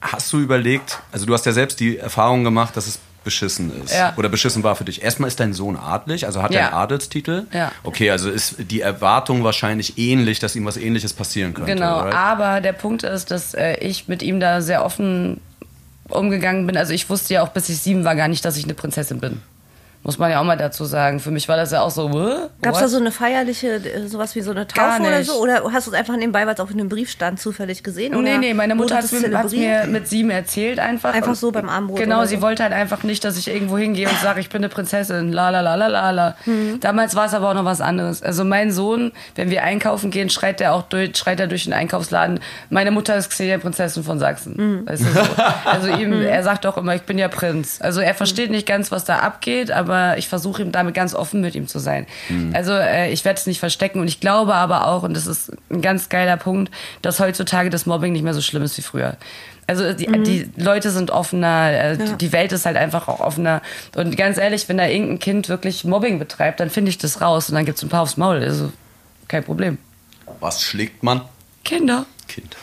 Speaker 1: hast du überlegt, also du hast ja selbst die Erfahrung gemacht, dass es beschissen ist
Speaker 3: Ja.
Speaker 1: oder beschissen war für dich. Erstmal ist dein Sohn adlig, also hat
Speaker 3: Ja.
Speaker 1: er einen Adelstitel.
Speaker 3: Ja.
Speaker 1: Okay, also ist die Erwartung wahrscheinlich ähnlich, dass ihm was Ähnliches passieren könnte.
Speaker 3: Genau,
Speaker 1: right?
Speaker 3: aber der Punkt ist, dass äh, ich mit ihm da sehr offen umgegangen bin. Also ich wusste ja auch, bis ich sieben war, gar nicht, dass ich eine Prinzessin bin. Muss man ja auch mal dazu sagen. Für mich war das ja auch so. "Wä?
Speaker 2: Gab es da
Speaker 3: What?"
Speaker 2: so eine feierliche, äh, sowas wie so eine
Speaker 3: Gar
Speaker 2: Taufe oder
Speaker 3: nicht.
Speaker 2: so? Oder hast du es einfach nebenbei, weil es auf einem Brief stand, zufällig gesehen?
Speaker 3: Nee,
Speaker 2: oder
Speaker 3: nee, meine Mutter
Speaker 2: wurde
Speaker 3: hat
Speaker 2: das
Speaker 3: mir, hat's
Speaker 2: zelebriert?
Speaker 3: mir mit sieben erzählt einfach.
Speaker 2: Einfach
Speaker 3: Und-
Speaker 2: so beim Armbrot
Speaker 3: Genau,
Speaker 2: oder
Speaker 3: sie
Speaker 2: so.
Speaker 3: wollte halt einfach nicht, dass ich irgendwo hingehe und sage, ich bin eine Prinzessin, la la la la la la. Damals war es aber auch noch was anderes. Also mein Sohn, wenn wir einkaufen gehen, schreit er auch durch, schreit er durch den Einkaufsladen, meine Mutter ist Xenia Prinzessin von Sachsen. Weißt du, so. Also ihm, er sagt auch immer, ich bin ja Prinz. Also er versteht nicht ganz, was da abgeht, aber ich versuche ihm damit ganz offen mit ihm zu sein. Also äh, ich werde es nicht verstecken und ich glaube aber auch, und das ist ein ganz geiler Punkt, dass heutzutage das Mobbing nicht mehr so schlimm ist wie früher. Also die, die Leute sind offener, äh, die- die Welt ist halt einfach auch offener. Und ganz ehrlich, wenn da irgendein Kind wirklich Mobbing betreibt, dann finde ich das raus und dann gibt es ein paar aufs Maul. Also kein Problem.
Speaker 1: Was schlägt man?
Speaker 3: Kinder.
Speaker 1: Kind.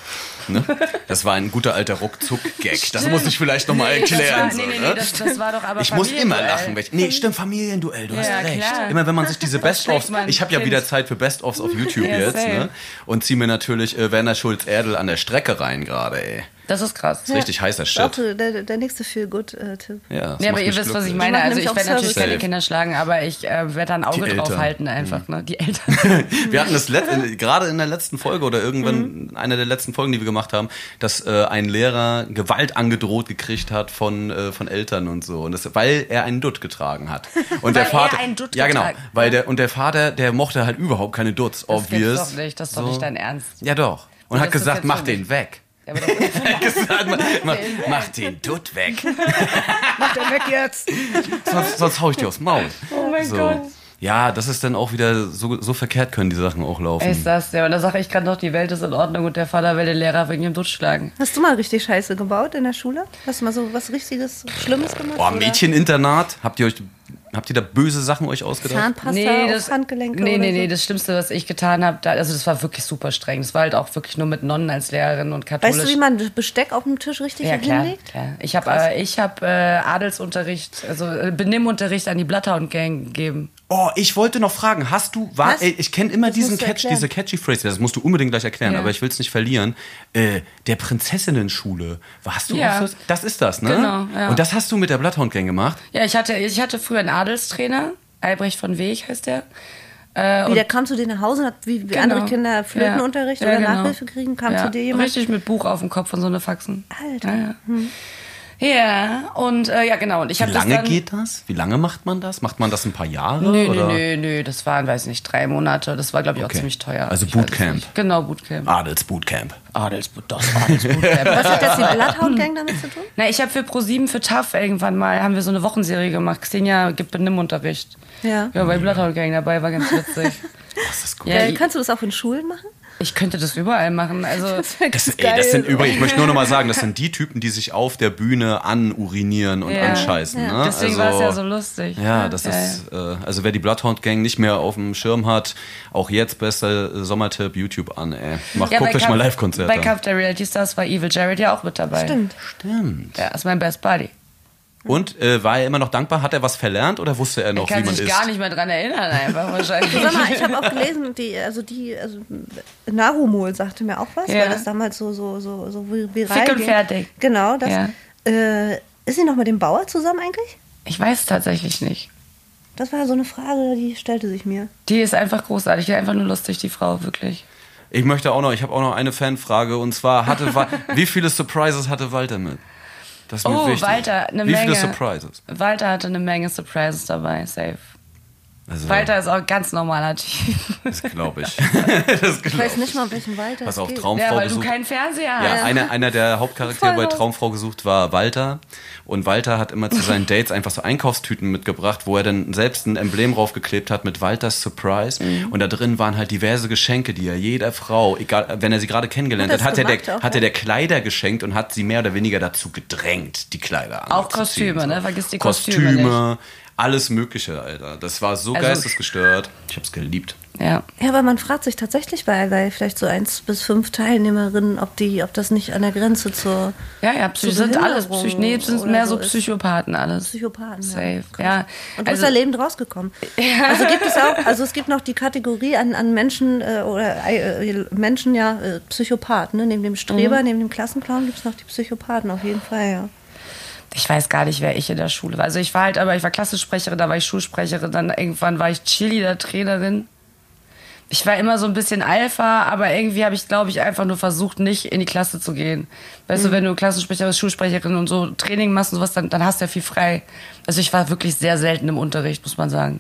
Speaker 1: Ne? Das war ein guter alter Ruckzuck-Gag. Das muss ich vielleicht nochmal erklären.
Speaker 3: das war,
Speaker 1: so,
Speaker 3: nee, nee,
Speaker 1: ne?
Speaker 3: nee, das, das war doch aber
Speaker 1: Ich muss immer
Speaker 3: Familienduell.
Speaker 1: lachen. Wenn ich, nee, stimmt, Familienduell, du hast
Speaker 3: Ja,
Speaker 1: recht.
Speaker 3: klar.
Speaker 1: Immer wenn man sich
Speaker 3: [laughs]
Speaker 1: diese Best-ofs,
Speaker 3: schlägt man
Speaker 1: ich habe ja
Speaker 3: Kind?
Speaker 1: wieder Zeit für Best-ofs auf YouTube
Speaker 3: Ja,
Speaker 1: jetzt,
Speaker 3: same.
Speaker 1: ne? Und ziehe mir natürlich äh, Werner Schulz-Erdl an der Strecke rein gerade, ey.
Speaker 3: Das ist krass.
Speaker 1: Das ist richtig heißer
Speaker 2: Ist Auch
Speaker 1: Shit.
Speaker 2: so der, der nächste äh, Feel-Good-Tipp.
Speaker 1: Ja, das
Speaker 3: Ja, aber
Speaker 1: macht
Speaker 3: ihr
Speaker 1: mich
Speaker 3: wisst, was ich
Speaker 1: glücklich.
Speaker 3: meine.
Speaker 2: Die machen
Speaker 3: Also ich
Speaker 2: nämlich auch
Speaker 3: werde natürlich
Speaker 2: Service.
Speaker 3: keine
Speaker 1: Safe.
Speaker 3: Kinder schlagen, aber ich äh, werde da ein Auge
Speaker 1: Die
Speaker 3: drauf
Speaker 1: Eltern. Mhm.
Speaker 3: halten einfach. Ne?
Speaker 1: [laughs]
Speaker 3: Die Eltern.
Speaker 1: Wir hatten das let-
Speaker 3: [laughs]
Speaker 1: äh, gerade in der letzten Folge oder irgendwann
Speaker 3: Mhm.
Speaker 1: einer der letzten Folgen, die wir gemacht haben, dass äh, ein Lehrer Gewalt angedroht gekriegt hat von, äh, von Eltern und so. Und das, weil er einen Dutt getragen
Speaker 3: [laughs]
Speaker 1: hat. Und der
Speaker 3: Weil er
Speaker 1: Vater.
Speaker 3: einen Dutt
Speaker 1: ja, genau.
Speaker 3: getragen hat.
Speaker 1: Weil der, und der Vater, der mochte halt überhaupt keine Dutts,
Speaker 3: Das gibt's
Speaker 1: obvious.
Speaker 3: doch nicht, das ist doch nicht dein Ernst.
Speaker 1: Ja, doch. Und
Speaker 3: Das
Speaker 1: hat
Speaker 3: ist
Speaker 1: gesagt,
Speaker 3: jetzt
Speaker 1: mach
Speaker 3: so
Speaker 1: den
Speaker 3: nicht.
Speaker 1: weg. [laughs]
Speaker 3: Ja, aber das- [laughs]
Speaker 1: Hat gesagt, mach, mach, mach den Dutt weg.
Speaker 2: Mach den weg jetzt!
Speaker 1: Sonst, sonst hau ich dir aufs Maul.
Speaker 3: Oh mein
Speaker 1: so.
Speaker 3: Gott.
Speaker 1: Ja, das ist dann auch wieder so, so verkehrt können die Sachen auch laufen.
Speaker 3: ist das ja. Und da sage ich gerade noch, die Welt ist in Ordnung und der Vater will den Lehrer wegen dem Dutt schlagen.
Speaker 2: Hast du mal richtig Scheiße gebaut in der Schule? Hast du mal so was richtiges, Schlimmes gemacht?
Speaker 1: Boah,
Speaker 2: oder?
Speaker 1: Oh, Mädcheninternat? Habt ihr euch. Habt ihr da böse Sachen euch ausgedacht?
Speaker 2: Zahnpasta aufs Handgelenk
Speaker 3: nee,
Speaker 2: oder
Speaker 3: nee,
Speaker 2: so?
Speaker 3: nee, das Schlimmste, was ich getan habe, da, also das war wirklich super streng. Das war halt auch wirklich nur mit Nonnen als Lehrerin und katholisch.
Speaker 2: Weißt du, wie man Besteck auf dem Tisch richtig
Speaker 3: ja, klar,
Speaker 2: hinlegt?
Speaker 3: klar. Ich habe äh, ich hab, äh, Adelsunterricht, also äh, Benimmunterricht an die Blatterhund-Gang gegeben.
Speaker 1: Oh, ich wollte noch fragen, hast du, war,
Speaker 2: Was?
Speaker 1: ey, ich kenne immer
Speaker 2: Das
Speaker 1: diesen
Speaker 2: musst du
Speaker 1: Catch,
Speaker 2: erklären.
Speaker 1: diese catchy Phrase, das musst du unbedingt gleich erklären,
Speaker 3: Ja.
Speaker 1: aber ich will es nicht verlieren. Äh, der Prinzessinnen-Schule, warst du
Speaker 3: Ja.
Speaker 1: auch so? Das ist das, ne?
Speaker 3: Genau, ja.
Speaker 1: Und das hast du mit der Bloodhound-Gang gemacht?
Speaker 3: Ja, ich hatte, ich hatte früher einen Adelstrainer, Albrecht von Weg heißt der. Äh, genau,
Speaker 2: Wie, der kam zu dir nach Hause und hat wie, wie andere Kinder Flötenunterricht
Speaker 3: Ja.
Speaker 2: oder
Speaker 3: Ja, genau.
Speaker 2: Nachhilfe kriegen, kam
Speaker 3: Ja.
Speaker 2: zu dir jemand.
Speaker 3: Richtig mit Buch auf dem Kopf und so eine Faxen.
Speaker 2: Alter. Hm.
Speaker 3: Ja, ja. ja und äh, ja, genau. Und ich
Speaker 1: Wie
Speaker 3: habe das
Speaker 1: lange
Speaker 3: dann,
Speaker 1: geht das? Wie lange macht man das? Macht man das ein paar Jahre?
Speaker 3: Nö,
Speaker 1: oder?
Speaker 3: nö, nö, nö, das waren, weiß nicht, drei Monate. Das war, glaube ich, auch
Speaker 1: Okay.
Speaker 3: ziemlich teuer.
Speaker 1: Also
Speaker 3: Ich weiß es
Speaker 1: Bootcamp. Ah,
Speaker 3: nicht. Genau, Bootcamp.
Speaker 1: Adels-Bootcamp.
Speaker 3: Adelsboot, das Adelsbootcamp.
Speaker 2: Was hat das die Bloodhound-Gang damit zu tun?
Speaker 3: Na, ich habe für ProSieben für TAF irgendwann mal, haben wir so eine Wochenserie gemacht. Xenia gibt Benimmunterricht.
Speaker 2: Ja.
Speaker 3: Ja, bei Bloodhound Gang dabei, war
Speaker 2: [laughs]
Speaker 3: ganz witzig.
Speaker 1: Das ist gut.
Speaker 3: Ja,
Speaker 2: Äh,
Speaker 3: ich-
Speaker 2: kannst du das auch in Schulen machen? [laughs]
Speaker 3: Ich könnte das überall machen. Also,
Speaker 2: wär
Speaker 1: Das,
Speaker 2: ganz
Speaker 1: ey, das sind
Speaker 2: geil.
Speaker 1: übrigens, ich möchte nur noch mal sagen, das
Speaker 3: [laughs]
Speaker 1: sind die Typen, die sich auf der Bühne anurinieren und
Speaker 3: Ja.
Speaker 1: anscheißen.
Speaker 2: Ja.
Speaker 1: Ne?
Speaker 3: deswegen war es ja so lustig.
Speaker 1: Ja, das
Speaker 3: Geil.
Speaker 1: ist, äh, also wer die Bloodhound Gang nicht mehr auf dem Schirm hat, auch jetzt bester äh, Sommertipp YouTube an, ey. Macht,
Speaker 3: Ja,
Speaker 1: guckt
Speaker 3: bei
Speaker 1: euch mal
Speaker 3: Kampf- Bei
Speaker 1: Live-Konzerte an.
Speaker 3: Kampf der Reality Stars war Evil Jared ja auch mit
Speaker 2: [laughs]
Speaker 3: dabei.
Speaker 2: Stimmt.
Speaker 1: Stimmt.
Speaker 3: Ja, ist mein Best Buddy.
Speaker 1: Und äh, war er immer noch dankbar? Hat er was verlernt oder wusste er noch,
Speaker 3: ich kann
Speaker 1: wie man
Speaker 3: sich
Speaker 1: ist?
Speaker 3: gar nicht mehr dran erinnern, einfach
Speaker 2: [laughs]
Speaker 3: wahrscheinlich.
Speaker 2: Sag mal, ich habe auch gelesen, die, also die, also Narumol sagte mir auch was,
Speaker 3: Ja.
Speaker 2: weil das damals so, so, so, so vi- viral
Speaker 3: Fick und
Speaker 2: ging.
Speaker 3: fertig.
Speaker 2: Genau, das.
Speaker 3: Ja.
Speaker 2: Äh, ist sie noch mit dem Bauer zusammen eigentlich?
Speaker 3: [laughs] ich weiß es tatsächlich nicht.
Speaker 2: Das war so eine Frage, die stellte sich mir.
Speaker 3: Die ist einfach großartig, die ist einfach nur lustig, die Frau, wirklich.
Speaker 1: Ich möchte auch noch, ich habe auch noch eine Fanfrage und zwar hatte
Speaker 3: [laughs]
Speaker 1: Wa- wie viele Surprises hatte Walter mit? Das ist mir
Speaker 3: Oh,
Speaker 1: wichtig.
Speaker 3: Walter, eine
Speaker 1: wie
Speaker 3: Menge.
Speaker 1: viele Surprises?
Speaker 3: Walter hatte eine Menge Surprises dabei, safe.
Speaker 1: Also,
Speaker 3: Walter ist auch ein ganz normaler Typ.
Speaker 1: das glaube ich. das
Speaker 2: Ich
Speaker 1: glaub
Speaker 2: weiß nicht mal, um welchen Wald das
Speaker 1: Pass auf,
Speaker 2: geht.
Speaker 1: Traumfrau
Speaker 3: [laughs] Ja, weil du
Speaker 1: besucht.
Speaker 3: keinen Fernseher
Speaker 1: Ja,
Speaker 3: hast.
Speaker 1: einer, einer der Hauptcharaktere
Speaker 3: Ah, Voll
Speaker 1: bei
Speaker 3: raus.
Speaker 1: Traumfrau gesucht war Walter. Und Walter hat immer zu
Speaker 3: [laughs]
Speaker 1: seinen Dates einfach so Einkaufstüten mitgebracht, wo er dann selbst ein Emblem draufgeklebt hat mit Walters Surprise.
Speaker 3: Mhm.
Speaker 1: Und da drin waren halt diverse Geschenke, die er jeder Frau, egal, wenn er sie gerade kennengelernt
Speaker 2: Hat
Speaker 1: hat, hat
Speaker 2: er's
Speaker 1: er, der,
Speaker 2: gemacht auch,
Speaker 1: hat er
Speaker 2: ne?
Speaker 1: der Kleider geschenkt und hat sie mehr oder weniger dazu gedrängt, die Kleider
Speaker 3: Auch
Speaker 1: anzuziehen.
Speaker 3: Kostüme,
Speaker 1: So.
Speaker 3: ne? Vergiss die Kostüme
Speaker 1: Kostüme, alles Mögliche, Alter. Das war so
Speaker 3: Also-
Speaker 1: geistesgestört. Ich hab's geliebt.
Speaker 3: Ja.
Speaker 2: Ja, aber man fragt sich tatsächlich bei, bei vielleicht so eins bis fünf Teilnehmerinnen, ob die, ob das nicht an der Grenze zur
Speaker 3: Ja, ja,
Speaker 2: zur
Speaker 3: Psych sind alles
Speaker 2: Behinderung
Speaker 3: Psych nee, sind
Speaker 2: oder
Speaker 3: mehr so
Speaker 2: ist.
Speaker 3: Psychopathen alles.
Speaker 2: Psychopathen.
Speaker 3: Safe.
Speaker 2: Krass.
Speaker 3: Ja.
Speaker 2: Und du
Speaker 3: also,
Speaker 2: bist da lebend rausgekommen. Also gibt es
Speaker 3: [laughs]
Speaker 2: auch, also es gibt noch die Kategorie an, an Menschen äh, oder äh, Menschen ja äh, Psychopathen. Ne? Neben dem
Speaker 3: Mhm.
Speaker 2: Streber, neben dem Klassenclown gibt es noch die Psychopathen auf jeden Fall. Ja.
Speaker 3: ich weiß gar nicht, wer ich in der Schule war. Also ich war halt, aber ich war Klassensprecherin, da war ich Schulsprecherin, dann irgendwann war ich Cheerleader-Trainerin. Ich war immer so ein bisschen Alpha, aber irgendwie habe ich, glaube ich, einfach nur versucht, nicht in die Klasse zu gehen. Weißt du, wenn du Klassensprecherin, Schulsprecherin und so Training machst und sowas, dann, dann hast du ja viel frei. Also ich war wirklich sehr selten im Unterricht, muss man sagen.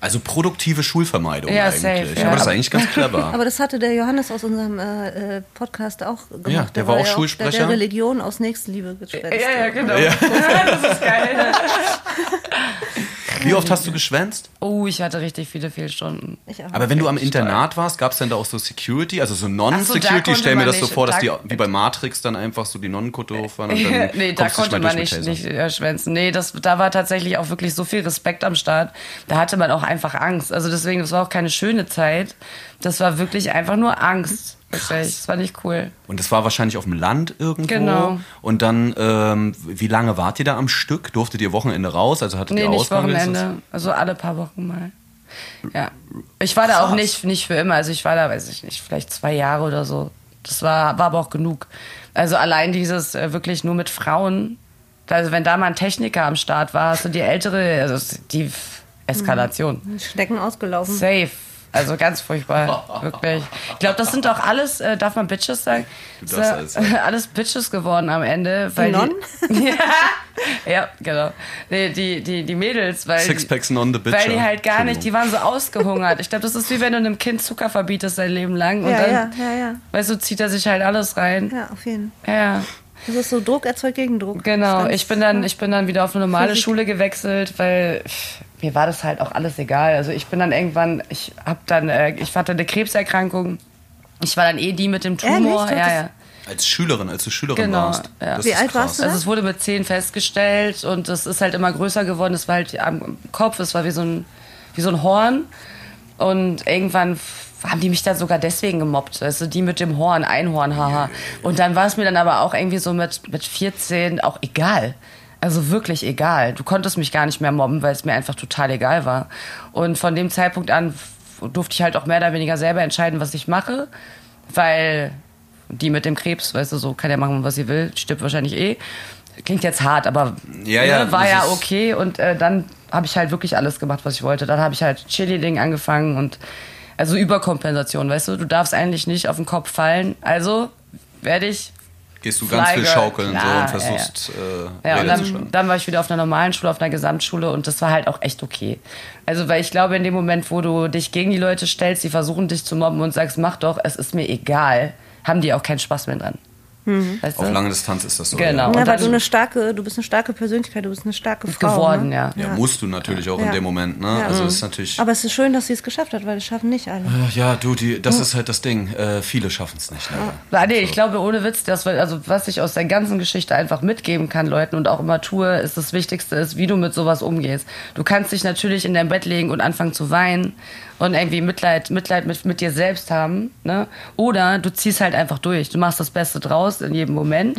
Speaker 1: Also produktive Schulvermeidung
Speaker 3: Ja,
Speaker 1: eigentlich.
Speaker 3: safe, ja.
Speaker 1: Aber das ist eigentlich ganz clever.
Speaker 3: [laughs]
Speaker 2: Aber das hatte der Johannes aus unserem äh, äh, Podcast auch gemacht.
Speaker 1: der war auch
Speaker 2: ja
Speaker 1: Schulsprecher.
Speaker 2: Der, der Religion aus Nächstenliebe geschwätzt.
Speaker 3: genau. [laughs] das ist geil. ne?
Speaker 1: Wie oft hast du geschwänzt?
Speaker 3: Oh, ich hatte richtig viele Fehlstunden.
Speaker 2: Ich auch.
Speaker 1: Aber wenn du am Internat warst, gab es denn da auch so Security, also so
Speaker 3: Ach so, da
Speaker 1: Non-Security?
Speaker 3: konnte
Speaker 1: Stell mir
Speaker 3: man
Speaker 1: das so
Speaker 3: nicht.
Speaker 1: vor, dass
Speaker 3: Da- Äh,
Speaker 1: die wie bei Matrix dann einfach so die Nonnen kurz hochfahren und dann
Speaker 3: [laughs] nee, da
Speaker 1: kommst du
Speaker 3: konnte
Speaker 1: mal
Speaker 3: man
Speaker 1: durch
Speaker 3: nicht,
Speaker 1: mit
Speaker 3: nicht
Speaker 1: Taser.
Speaker 3: äh, schwänzen. Nee, das, da war tatsächlich auch wirklich so viel Respekt am Start. Da hatte man auch einfach Angst. Also deswegen, das war auch keine schöne Zeit. Das war wirklich einfach nur Angst. Wirklich. Das war nicht cool.
Speaker 1: Und das war wahrscheinlich auf dem Land irgendwo.
Speaker 3: Genau.
Speaker 1: Und dann, ähm, wie lange wart ihr da am Stück? Durftet ihr Wochenende raus? Also hattet
Speaker 3: Nee,
Speaker 1: ihr
Speaker 3: nicht
Speaker 1: Ausgang
Speaker 3: Wochenende. Also alle paar Wochen mal. Ja. Ich war da auch
Speaker 1: Krass.
Speaker 3: nicht, nicht für immer. Also ich war da, weiß ich nicht, vielleicht zwei Jahre oder so. Das war, war aber auch genug. Also allein dieses äh, wirklich nur mit Frauen. Also wenn da mal ein Techniker am Start war, hast du die ältere, also es- die Eskalation.
Speaker 2: Schnecken ausgelaufen.
Speaker 3: Safe. Also ganz
Speaker 1: [laughs]
Speaker 3: furchtbar, wirklich. Ich glaube, das sind auch alles, äh, darf man Bitches sagen? Du
Speaker 1: darfst alles sagen.
Speaker 3: [laughs] alles Bitches geworden am Ende. Weil
Speaker 2: Nonnen?
Speaker 3: die, [laughs] ja, ja, genau. Nee, die, die, die Mädels, weil.
Speaker 1: Sixpacks non the bitcher.
Speaker 3: Weil die halt gar nicht,
Speaker 1: Entschuldigung.
Speaker 3: die waren so ausgehungert. Ich glaube, das ist wie wenn du einem Kind Zucker verbietest sein Leben lang. Und
Speaker 2: Ja,
Speaker 3: dann,
Speaker 2: ja, ja, ja.
Speaker 3: Weißt du, zieht er sich halt alles rein.
Speaker 2: Ja, auf jeden Fall.
Speaker 3: Ja.
Speaker 2: Das ist so Druck erzeugt Gegendruck.
Speaker 3: Genau,
Speaker 2: Das ist
Speaker 3: ich bin dann, ich bin dann wieder auf eine normale
Speaker 2: Physik.
Speaker 3: Schule gewechselt, weil pff, mir war das halt auch alles egal. Also ich bin dann irgendwann, ich hab dann, äh, ich hatte eine Krebserkrankung. Ich war dann eh die mit dem
Speaker 2: Ehrlich? Du
Speaker 3: Tumor.
Speaker 2: hattest-
Speaker 3: Ja, ja.
Speaker 1: Als Schülerin, als du Schülerin
Speaker 3: Genau,
Speaker 1: warst.
Speaker 3: ja.
Speaker 1: Das
Speaker 2: Wie
Speaker 1: ist
Speaker 2: alt
Speaker 1: krass.
Speaker 2: warst du da?
Speaker 3: Also es wurde mit 10 festgestellt und es ist halt immer größer geworden. Es war halt am Kopf, es war wie so ein, wie so ein Horn. Und irgendwann f- haben die mich dann sogar deswegen gemobbt. Also die mit dem Horn, Einhorn, haha. Und dann war es mir dann aber auch irgendwie so mit, mit 14 auch egal. Also wirklich egal. Du konntest mich gar nicht mehr mobben, weil es mir einfach total egal war. Und von dem Zeitpunkt an f- durfte ich halt auch mehr oder weniger selber entscheiden, was ich mache. Weil die mit dem Krebs, weißt du, so kann ja machen, was sie will, stirbt wahrscheinlich eh. Klingt jetzt hart, aber
Speaker 1: Ja, ja,
Speaker 3: ne, war
Speaker 1: das
Speaker 3: ja
Speaker 1: ist-
Speaker 3: okay. Und äh, dann habe ich halt wirklich alles gemacht, was ich wollte. Dann habe ich halt Cheerleading angefangen und also Überkompensation, weißt du, du darfst eigentlich nicht auf den Kopf fallen. Also werde ich
Speaker 1: Gehst du ganz viel
Speaker 3: Flygirl,
Speaker 1: schaukeln
Speaker 3: klar,
Speaker 1: so und versuchst Äh,
Speaker 3: ja, und
Speaker 1: Regeln zu
Speaker 3: dann,
Speaker 1: schlagen.
Speaker 3: dann war ich wieder auf einer normalen Schule, auf einer Gesamtschule und das war halt auch echt okay. Also, weil ich glaube, in dem Moment, wo du dich gegen die Leute stellst, die versuchen dich zu mobben und sagst, mach doch, es ist mir egal, haben die auch keinen Spaß mehr dran. Weißt
Speaker 1: Auf
Speaker 3: du?
Speaker 1: lange Distanz ist das so.
Speaker 3: Genau.
Speaker 1: Ja,
Speaker 2: Ja,
Speaker 3: Und
Speaker 2: weil
Speaker 3: dann-
Speaker 2: du eine starke, du bist eine starke Persönlichkeit, du bist eine starke Frau.
Speaker 3: Geworden,
Speaker 2: ne?
Speaker 3: ja.
Speaker 1: ja, musst du natürlich auch in
Speaker 2: Ja.
Speaker 1: dem Moment. Ne?
Speaker 2: Ja.
Speaker 1: Also
Speaker 2: Mhm.
Speaker 1: ist natürlich.
Speaker 2: Aber es ist schön, dass sie es geschafft hat, weil das schaffen nicht alle.
Speaker 1: Äh, ja, du, die, das ist halt das Ding. Äh, viele schaffen es nicht. Leider.
Speaker 3: Ah, nee, ich glaube, ohne Witz, das, war- also, was ich aus der ganzen Geschichte einfach mitgeben kann, Leuten und auch immer tue, ist das Wichtigste, ist, wie du mit sowas umgehst. Du kannst dich natürlich in dein Bett legen und anfangen zu weinen und irgendwie Mitleid, Mitleid mit, mit dir selbst haben. Ne? Oder du ziehst halt einfach durch. Du machst das Beste draus in jedem Moment.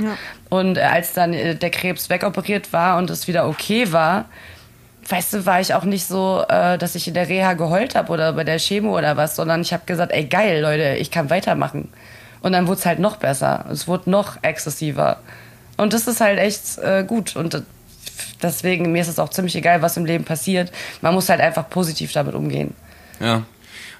Speaker 3: Und äh, als dann äh, der Krebs wegoperiert war und es wieder okay war, weißt du, war ich auch nicht so, äh, dass ich in der Reha geheult habe oder bei der Chemo oder was, sondern ich habe gesagt, ey geil, Leute, ich kann weitermachen. Und dann wurde es halt noch besser. Es wurde noch exzessiver. Und das ist halt echt äh, gut. Und äh, deswegen, mir ist es auch ziemlich egal, was im Leben passiert. Man muss halt einfach positiv damit umgehen.
Speaker 1: Ja.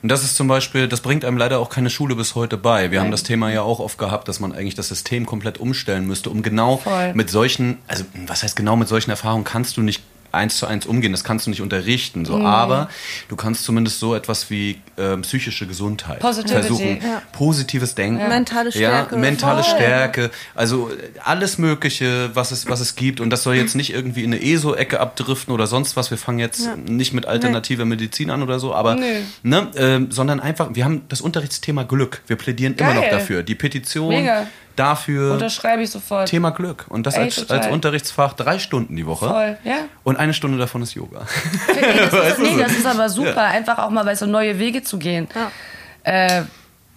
Speaker 1: Und das ist zum Beispiel, das bringt einem leider auch keine Schule bis heute bei. Wir haben das Thema ja auch oft gehabt, dass man eigentlich das System komplett umstellen müsste, um genau
Speaker 3: Voll.
Speaker 1: mit solchen, also was heißt genau mit solchen Erfahrungen kannst du nicht eins zu eins umgehen, das kannst du nicht unterrichten, so. Aber du kannst zumindest so etwas wie äh, psychische Gesundheit
Speaker 3: Positivity,
Speaker 1: versuchen,
Speaker 3: ja.
Speaker 1: positives Denken,
Speaker 2: Mentale Stärke.
Speaker 1: ja, mentale
Speaker 2: Voll.
Speaker 1: Stärke, also äh, alles Mögliche, was es, was es gibt. Und das soll jetzt nicht irgendwie in eine ESO-Ecke abdriften oder sonst was. Wir fangen jetzt nicht mit alternativer Medizin an oder so, aber
Speaker 3: Nö.
Speaker 1: ne, ähm, sondern einfach, wir haben das Unterrichtsthema Glück. Wir plädieren immer noch
Speaker 3: Geil.
Speaker 1: dafür. Die Petition
Speaker 3: Mega.
Speaker 1: dafür.
Speaker 3: Unterschreibe ich sofort.
Speaker 1: Thema Glück. Und das
Speaker 3: Ey,
Speaker 1: als,
Speaker 3: total.
Speaker 1: als Unterrichtsfach drei Stunden die Woche.
Speaker 3: Voll, ja.
Speaker 1: Und eine Stunde davon ist [laughs] Yoga.
Speaker 3: Nee, das ist, nee, das ist aber super,
Speaker 1: Ja.
Speaker 3: einfach auch mal weißt du, neue Wege zu gehen. Äh,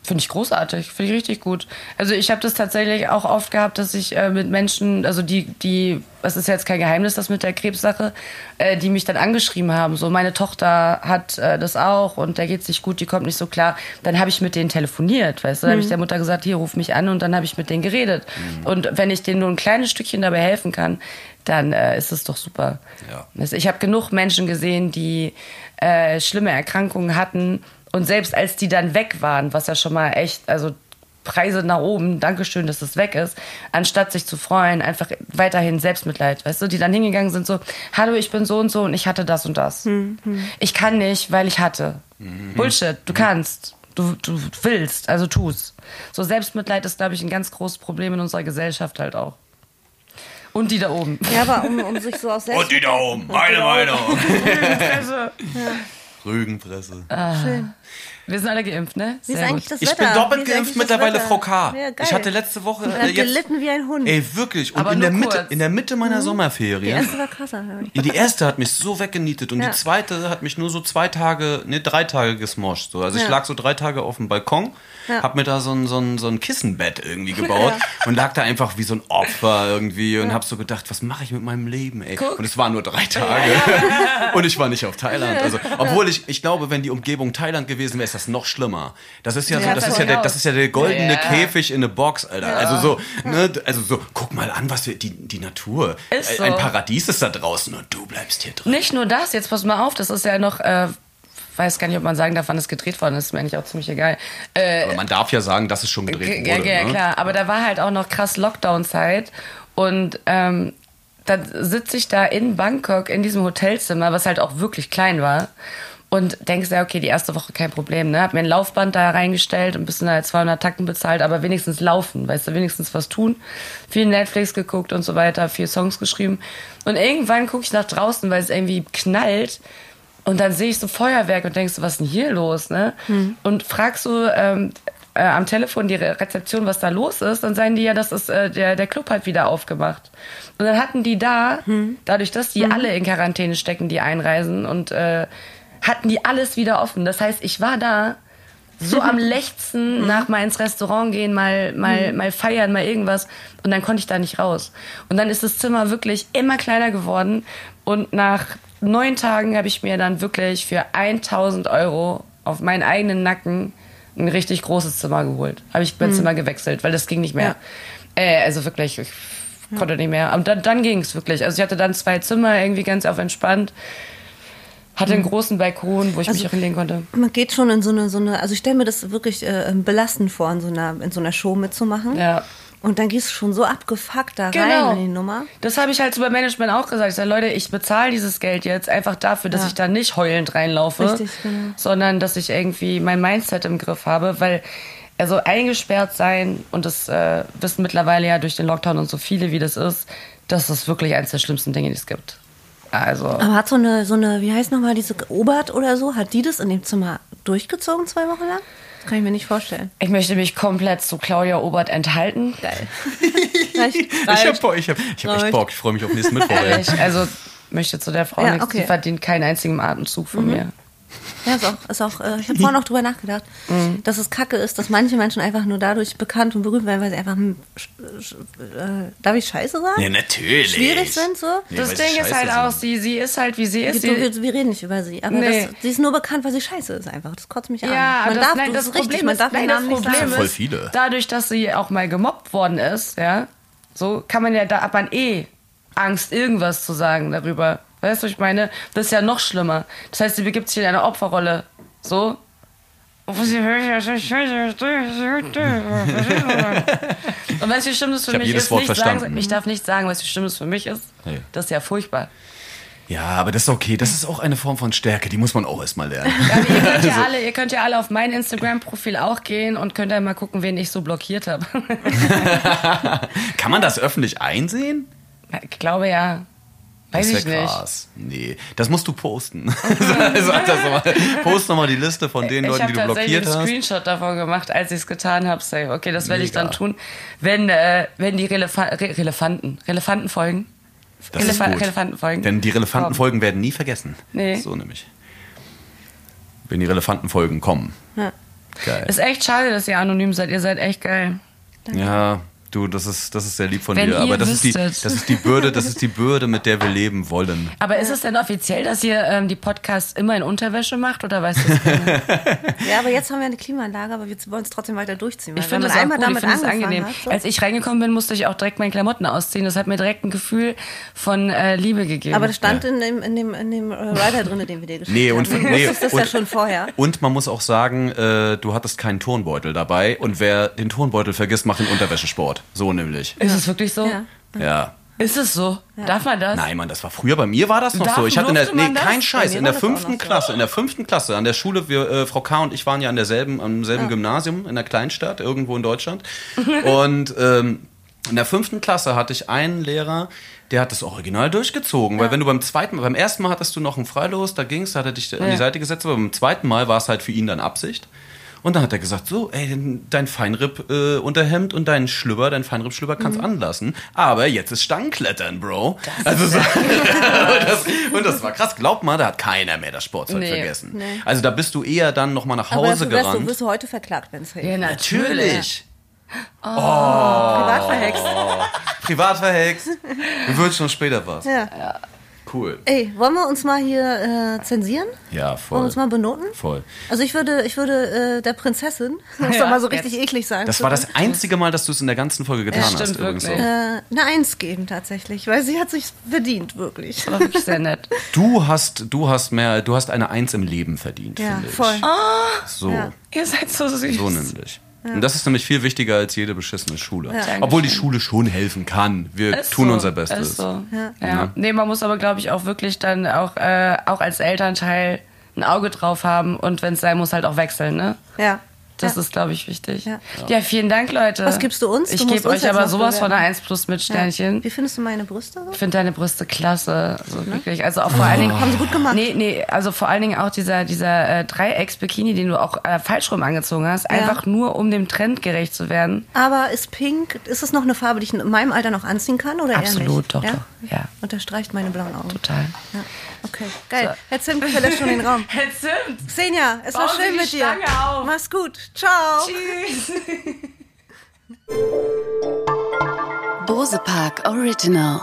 Speaker 3: Finde ich großartig, finde ich richtig gut. Also ich habe das tatsächlich auch oft gehabt, dass ich äh, mit Menschen, also die, die, es ist jetzt kein Geheimnis, das mit der Krebssache, äh, die mich dann angeschrieben haben, so meine Tochter hat äh, das auch und der geht's nicht gut, die kommt nicht so klar. Dann habe ich mit denen telefoniert, weißt du, dann habe ich der Mutter gesagt, hier ruf mich an und dann habe ich mit denen geredet.
Speaker 1: Mhm.
Speaker 3: Und wenn ich denen nur ein kleines Stückchen dabei helfen kann, dann äh, ist es doch super.
Speaker 1: Ja.
Speaker 3: Also ich habe genug Menschen gesehen, die äh, schlimme Erkrankungen hatten und selbst als die dann weg waren, was ja schon mal echt, also Preise nach oben, Dankeschön, dass das weg ist, anstatt sich zu freuen, einfach weiterhin Selbstmitleid, weißt du, die dann hingegangen sind so, hallo, ich bin so und so und ich hatte das und das.
Speaker 2: Hm,
Speaker 3: Ich kann nicht, weil ich hatte. Bullshit, du kannst. Du, du willst, also tu's. So Selbstmitleid ist, glaube ich, ein ganz großes Problem in unserer Gesellschaft halt auch. Und die da oben.
Speaker 2: Ja, aber um, um sich
Speaker 1: [laughs]
Speaker 2: so aus selbst.
Speaker 1: die da oben, meine
Speaker 3: [laughs]
Speaker 1: Meinung.
Speaker 3: Also,
Speaker 1: Rügenpresse.
Speaker 3: Ah. Wir sind alle geimpft, ne?
Speaker 2: Wie ist
Speaker 3: Sehr
Speaker 2: eigentlich
Speaker 3: gut.
Speaker 2: das
Speaker 1: Ich
Speaker 2: Wetter?
Speaker 1: bin doppelt
Speaker 2: Wie ist
Speaker 1: geimpft
Speaker 2: eigentlich das
Speaker 1: mittlerweile,
Speaker 2: Wetter?
Speaker 1: Frau K.
Speaker 2: Ja, geil.
Speaker 1: ich hatte letzte Woche.
Speaker 2: Und er hat
Speaker 1: äh, jetzt-
Speaker 2: gelitten wie ein Hund.
Speaker 1: Ey, wirklich. Und
Speaker 3: Aber
Speaker 1: in,
Speaker 3: nur
Speaker 1: der Mitte,
Speaker 3: kurz. Mhm.
Speaker 1: in der Mitte meiner
Speaker 2: Die
Speaker 1: Sommerferien.
Speaker 2: erste war krasser. ja.
Speaker 1: Die erste hat mich so weggenietet und
Speaker 2: Ja.
Speaker 1: die zweite hat mich nur so zwei Tage, ne, drei Tage gesmoscht. So. Also ich
Speaker 2: Ja.
Speaker 1: lag so drei Tage auf dem Balkon, hab mir da so ein, so ein, so ein Kissenbett irgendwie
Speaker 3: [laughs]
Speaker 1: gebaut und lag da einfach wie so ein Opfer irgendwie und hab so gedacht, was mache ich mit meinem Leben, ey?
Speaker 3: Guck.
Speaker 1: Und es waren nur drei Tage. [laughs] und ich war nicht auf Thailand. Also, obwohl ich, ich glaube, wenn die Umgebung Thailand gewesen wäre, ist das noch schlimmer. Das ist ja, so,
Speaker 3: Ja,
Speaker 1: das ist ja
Speaker 3: voll.
Speaker 1: der, das ist ja der goldene
Speaker 3: Ja.
Speaker 1: Käfig in eine Box, Alter. Also so, ne, also so, guck mal an, was wir, die, die Natur.
Speaker 3: Ist
Speaker 1: Ein
Speaker 3: so.
Speaker 1: Paradies ist da draußen und du bleibst hier drin.
Speaker 3: Nicht nur das, jetzt pass mal auf, das ist ja noch, äh, weiß gar nicht, ob man sagen darf, wann das gedreht worden ist, ist mir eigentlich auch ziemlich egal. Äh,
Speaker 1: Aber man darf ja sagen, dass es schon gedreht
Speaker 3: ja,
Speaker 1: wurde.
Speaker 3: ja,
Speaker 1: ne?
Speaker 3: klar, aber da war halt auch noch krass Lockdown-Zeit und ähm, dann sitze ich da in Bangkok in diesem Hotelzimmer, was halt auch wirklich klein war und denkst ja, okay, die erste Woche kein Problem, ne? Hab mir ein Laufband da reingestellt und ein bisschen da 200 Tacken bezahlt, aber wenigstens laufen, weißt du, wenigstens was tun. Viel Netflix geguckt und so weiter, viel Songs geschrieben und irgendwann gucke ich nach draußen, weil es irgendwie knallt und dann sehe ich so Feuerwerk und denkst, was ist denn hier los, ne? Und fragst so, ähm, äh, am Telefon die Re- Rezeption, was da los ist, dann sagen die ja, das ist äh, der, der Club hat wieder aufgemacht. Und dann hatten die da, dadurch, dass die alle in Quarantäne stecken, die einreisen und äh, hatten die alles wieder offen. Das heißt, ich war da so am lechzen nach mal ins Restaurant gehen, mal, mal, mal feiern, mal irgendwas. Und dann konnte ich da nicht raus. Und dann ist das Zimmer wirklich immer kleiner geworden. Und nach neun Tagen habe ich mir dann wirklich für 1000 Euro auf meinen eigenen Nacken ein richtig großes Zimmer geholt. Habe ich mein Zimmer gewechselt, weil das ging nicht mehr. Äh, also wirklich, ich konnte nicht mehr. Aber dann, dann ging es wirklich. Also ich hatte dann zwei Zimmer, irgendwie ganz auf entspannt. Hatte einen großen Balkon, wo ich mich auch hinlegen konnte.
Speaker 2: Man geht schon in so eine, so eine also ich stelle mir das wirklich äh, belastend vor, in so, einer, in so einer Show mitzumachen.
Speaker 3: Ja.
Speaker 2: Und dann gehst du schon so abgefuckt da rein in die Nummer.
Speaker 3: Genau. Das habe ich halt so beim Management auch gesagt. Ich sage, Leute, ich bezahle dieses Geld jetzt einfach dafür, dass
Speaker 2: Ja.
Speaker 3: ich da nicht heulend reinlaufe,
Speaker 2: Richtig, genau.
Speaker 3: sondern dass ich irgendwie mein Mindset im Griff habe, weil also eingesperrt sein und das äh, wissen mittlerweile ja durch den Lockdown und so viele, wie das ist, das ist wirklich eines der schlimmsten Dinge, die es gibt. Also
Speaker 2: Aber hat so eine, so eine, wie heißt nochmal, diese Obert oder so, hat die das in dem Zimmer durchgezogen zwei Wochen lang? Das kann ich mir nicht vorstellen.
Speaker 3: ich möchte mich komplett zu Claudia Obert enthalten.
Speaker 2: [laughs] Geil.
Speaker 1: Ich hab, Bock, ich hab, ich hab echt
Speaker 2: Reicht.
Speaker 1: Bock. Ich freue mich auf nächsten Mittwoch. ey.
Speaker 3: Ehrlich, also möchte zu der Frau
Speaker 2: Ja,
Speaker 3: nichts.
Speaker 2: okay. Mhm.
Speaker 3: Die verdient keinen einzigen Atemzug von mir.
Speaker 2: Ja, ist auch, ist auch äh, ich habe vorhin auch drüber nachgedacht,
Speaker 3: Mhm.
Speaker 2: dass es kacke ist, dass manche Menschen einfach nur dadurch bekannt und berühmt werden, weil sie einfach, hm, sch, sch, äh, darf ich Scheiße sagen?
Speaker 1: Ja, natürlich.
Speaker 2: Schwierig sind so?
Speaker 1: Nee,
Speaker 3: Das
Speaker 1: weil sie
Speaker 3: Ding ist
Speaker 1: scheiße
Speaker 3: halt
Speaker 1: sind.
Speaker 3: auch, sie, sie ist halt, wie sie ist.
Speaker 2: Wir,
Speaker 3: Sie,
Speaker 2: wir, wir reden nicht über sie, aber
Speaker 3: Nee.
Speaker 2: das, sie ist nur bekannt, weil sie scheiße ist einfach. Das kotzt mich an.
Speaker 3: ja,
Speaker 2: man
Speaker 3: das,
Speaker 2: darf,
Speaker 3: nein,
Speaker 2: das
Speaker 3: das,
Speaker 2: ist
Speaker 3: Problem
Speaker 2: richtig, man
Speaker 3: ist,
Speaker 2: darf
Speaker 3: nein,
Speaker 2: den
Speaker 3: das
Speaker 2: Namen nicht
Speaker 3: Problem
Speaker 2: sagen.
Speaker 1: Voll
Speaker 3: ist,
Speaker 1: viele.
Speaker 3: dadurch, dass sie auch mal gemobbt worden ist, ja, so kann man ja, da hat man eh Angst, irgendwas zu sagen darüber. Weißt du, ich meine, das ist ja noch schlimmer. Das heißt, sie begibt sich in eine Opferrolle. So. Und weißt du, wie schlimm das für
Speaker 1: Ich hab
Speaker 3: mich
Speaker 1: jedes
Speaker 3: ist?
Speaker 1: Wort
Speaker 3: nicht Sagen,
Speaker 1: verstanden.
Speaker 3: ich darf nicht sagen, weißt du, wie schlimm das für mich ist?
Speaker 1: Nee.
Speaker 3: Das ist ja furchtbar.
Speaker 1: Ja, aber das ist okay. Das ist auch eine Form von Stärke. Die muss man auch erstmal lernen. [laughs]
Speaker 3: Ja, aber ihr, könnt ja alle, ihr könnt ja alle auf mein Instagram-Profil auch gehen und könnt dann mal gucken, wen ich so blockiert habe.
Speaker 1: Kann man das öffentlich einsehen?
Speaker 3: [laughs] ich glaube ja. Weiß
Speaker 1: das
Speaker 3: ich
Speaker 1: wär
Speaker 3: nicht.
Speaker 1: krass. Nee, das musst du posten. [laughs] Also, sag das mal. Post nochmal die Liste von den
Speaker 3: ich
Speaker 1: Leuten, die
Speaker 3: habe
Speaker 1: du
Speaker 3: tatsächlich
Speaker 1: blockiert
Speaker 3: einen
Speaker 1: hast.
Speaker 3: Screenshot davon gemacht, als ich es getan habe. Save. Okay, das werde ich
Speaker 1: Mega.
Speaker 3: dann tun, wenn, äh, wenn die Relefa Re Relefanten, Relefanten folgen.
Speaker 1: Das ist
Speaker 3: Relefa-
Speaker 1: gut.
Speaker 3: Relefanten folgen.
Speaker 1: Denn die relevanten
Speaker 3: Komm.
Speaker 1: Folgen werden nie vergessen.
Speaker 3: Nee.
Speaker 1: So nämlich. Wenn die relevanten Folgen kommen.
Speaker 2: Ja.
Speaker 1: Geil.
Speaker 3: Ist echt schade, dass ihr anonym seid. Ihr seid echt geil.
Speaker 1: Ja, du, das ist, das ist sehr lieb von
Speaker 3: Wenn
Speaker 1: dir.
Speaker 3: ihr
Speaker 1: Aber das ist, die,
Speaker 3: wüsstet.
Speaker 1: das ist die Bürde, das ist die Bürde, mit der wir leben wollen.
Speaker 3: Aber ist es denn offiziell, dass ihr ähm, die Podcasts immer in Unterwäsche macht oder weißt du?
Speaker 2: ja, aber jetzt haben wir eine Klimaanlage, aber wir wollen es trotzdem weiter durchziehen. weil
Speaker 3: Ich finde
Speaker 2: wenn
Speaker 3: das
Speaker 2: man
Speaker 3: auch
Speaker 2: einmal
Speaker 3: gut,
Speaker 2: damit
Speaker 3: ich finde das
Speaker 2: angefangen
Speaker 3: angenehm.
Speaker 2: Hat, so.
Speaker 3: Als ich reingekommen bin, musste ich auch direkt meine Klamotten ausziehen. Das hat mir direkt ein Gefühl von äh, Liebe gegeben.
Speaker 2: aber das stand in dem, in dem, in dem äh, Rider drin, den wir dir geschickt
Speaker 1: Nee,
Speaker 2: haben.
Speaker 1: und-
Speaker 2: Du
Speaker 1: nee,
Speaker 2: wusstest [laughs] das ja
Speaker 1: und-
Speaker 2: schon vorher.
Speaker 1: Und man muss auch sagen, äh, du hattest keinen Turnbeutel dabei. Und wer den Turnbeutel vergisst, macht den Unterwäschesport. So nämlich.
Speaker 3: ist es wirklich so?
Speaker 2: Ja.
Speaker 1: Ja.
Speaker 3: Ist es so? Darf man das?
Speaker 1: Nein, Mann, das war früher. Bei mir war das noch
Speaker 3: Darf-
Speaker 1: so. Ich hatte in der,
Speaker 3: durfte man
Speaker 1: nee,
Speaker 3: das?
Speaker 1: kein Scheiß.
Speaker 2: Bei mir
Speaker 1: In der
Speaker 2: war das auch
Speaker 1: fünften
Speaker 2: noch so.
Speaker 1: Klasse, in der fünften Klasse an der Schule, wir, äh, Frau K. und ich waren ja an derselben, am selben Gymnasium in der Kleinstadt irgendwo in Deutschland. und ähm, in der fünften Klasse hatte ich einen Lehrer, der hat das Original durchgezogen, weil wenn du beim zweiten, beim ersten Mal hattest du noch einen Freilos, da ging's, da hat er dich an die Seite gesetzt, aber beim zweiten Mal war es halt für ihn dann Absicht. Und dann hat er gesagt, so, ey, dein Feinripp-Unterhemd und dein Schlüpper, dein Feinripp-Schlüpper kannst
Speaker 2: Mhm.
Speaker 1: anlassen, aber jetzt ist Stangenklettern, Bro. also [laughs] so, und, das, und das war krass. Glaub mal, da hat keiner mehr das Sportzeug
Speaker 3: Nee.
Speaker 1: vergessen. Also da bist du eher dann nochmal nach
Speaker 2: Aber
Speaker 1: Hause
Speaker 2: dafür wärst du,
Speaker 1: gerannt.
Speaker 2: wirst du heute verklagt, wenn es
Speaker 3: Ja,
Speaker 2: hilft.
Speaker 1: Natürlich.
Speaker 2: Privat verhext.
Speaker 1: Privat
Speaker 2: [laughs]
Speaker 1: verhext. Wird schon später was.
Speaker 2: Ja.
Speaker 1: Cool.
Speaker 2: Ey, wollen wir uns mal hier äh, zensieren?
Speaker 1: Ja,
Speaker 2: Wollen wir
Speaker 1: voll.
Speaker 2: uns mal benoten?
Speaker 1: Voll.
Speaker 2: Also ich würde, ich würde äh, der Prinzessin, [laughs] um es
Speaker 3: Ja,
Speaker 2: doch mal so richtig
Speaker 3: jetzt.
Speaker 2: eklig sagen
Speaker 1: Das
Speaker 2: zu
Speaker 1: war das einzige Mal, dass du es in der ganzen Folge getan
Speaker 3: stimmt
Speaker 1: hast. Übrigens
Speaker 3: wirklich.
Speaker 1: so.
Speaker 2: äh, eine Eins geben tatsächlich, weil sie hat sich verdient, wirklich.
Speaker 3: Das war wirklich sehr nett. [laughs]
Speaker 1: Du hast, du hast mehr, du hast eine Eins im Leben verdient,
Speaker 2: Ja,
Speaker 1: finde ich.
Speaker 2: voll.
Speaker 1: So,
Speaker 2: Oh, Ja.
Speaker 3: Ihr seid so süß.
Speaker 1: so nämlich. Und das ist nämlich viel wichtiger als jede beschissene Schule.
Speaker 3: Dankeschön.
Speaker 1: Obwohl die Schule schon helfen kann. Wir
Speaker 3: Ist
Speaker 1: tun
Speaker 3: so,
Speaker 1: unser Bestes.
Speaker 3: Ist so. Ja.
Speaker 1: Ja.
Speaker 3: Nee, man muss aber, glaube ich, auch wirklich dann auch, äh, auch als Elternteil ein Auge drauf haben und wenn es sein muss, halt auch wechseln, ne?
Speaker 2: Ja.
Speaker 3: Das
Speaker 2: Ja.
Speaker 3: ist, glaube ich, wichtig. Ja.
Speaker 2: Ja.
Speaker 3: vielen Dank, Leute.
Speaker 2: Was gibst du uns? Du
Speaker 3: Ich
Speaker 2: musst
Speaker 3: gebe
Speaker 2: uns
Speaker 3: euch
Speaker 2: jetzt
Speaker 3: aber
Speaker 2: noch
Speaker 3: sowas von
Speaker 2: bewerten.
Speaker 3: einer 1 plus mit Sternchen.
Speaker 2: Wie findest du meine Brüste? So?
Speaker 3: Ich finde deine Brüste klasse, so wirklich. Also auch vor allen Dingen
Speaker 2: Ne? Oh. Haben sie gut gemacht.
Speaker 3: Nee, nee, also vor allen Dingen auch dieser dieser äh, Dreiecks-Bikini, den du auch äh, falsch rum angezogen hast, einfach nur um dem Trend gerecht zu werden.
Speaker 2: Aber ist pink, ist es noch eine Farbe, die ich in meinem Alter noch anziehen kann oder eher
Speaker 3: Absolut,
Speaker 2: nicht?
Speaker 3: doch, doch, ja.
Speaker 2: Unterstreicht meine blauen Augen.
Speaker 3: Total.
Speaker 2: Ja. Okay, geil. Herr Zimt verlässt schon den
Speaker 3: [laughs]
Speaker 2: Raum.
Speaker 3: Herr Zimt.
Speaker 2: Xenia, es
Speaker 3: Bauen
Speaker 2: war
Speaker 3: Sie
Speaker 2: schön
Speaker 3: die
Speaker 2: mit dir.
Speaker 3: Stange auf.
Speaker 2: Mach's gut. Ciao.
Speaker 3: Tschüss.
Speaker 4: Bose Park Original.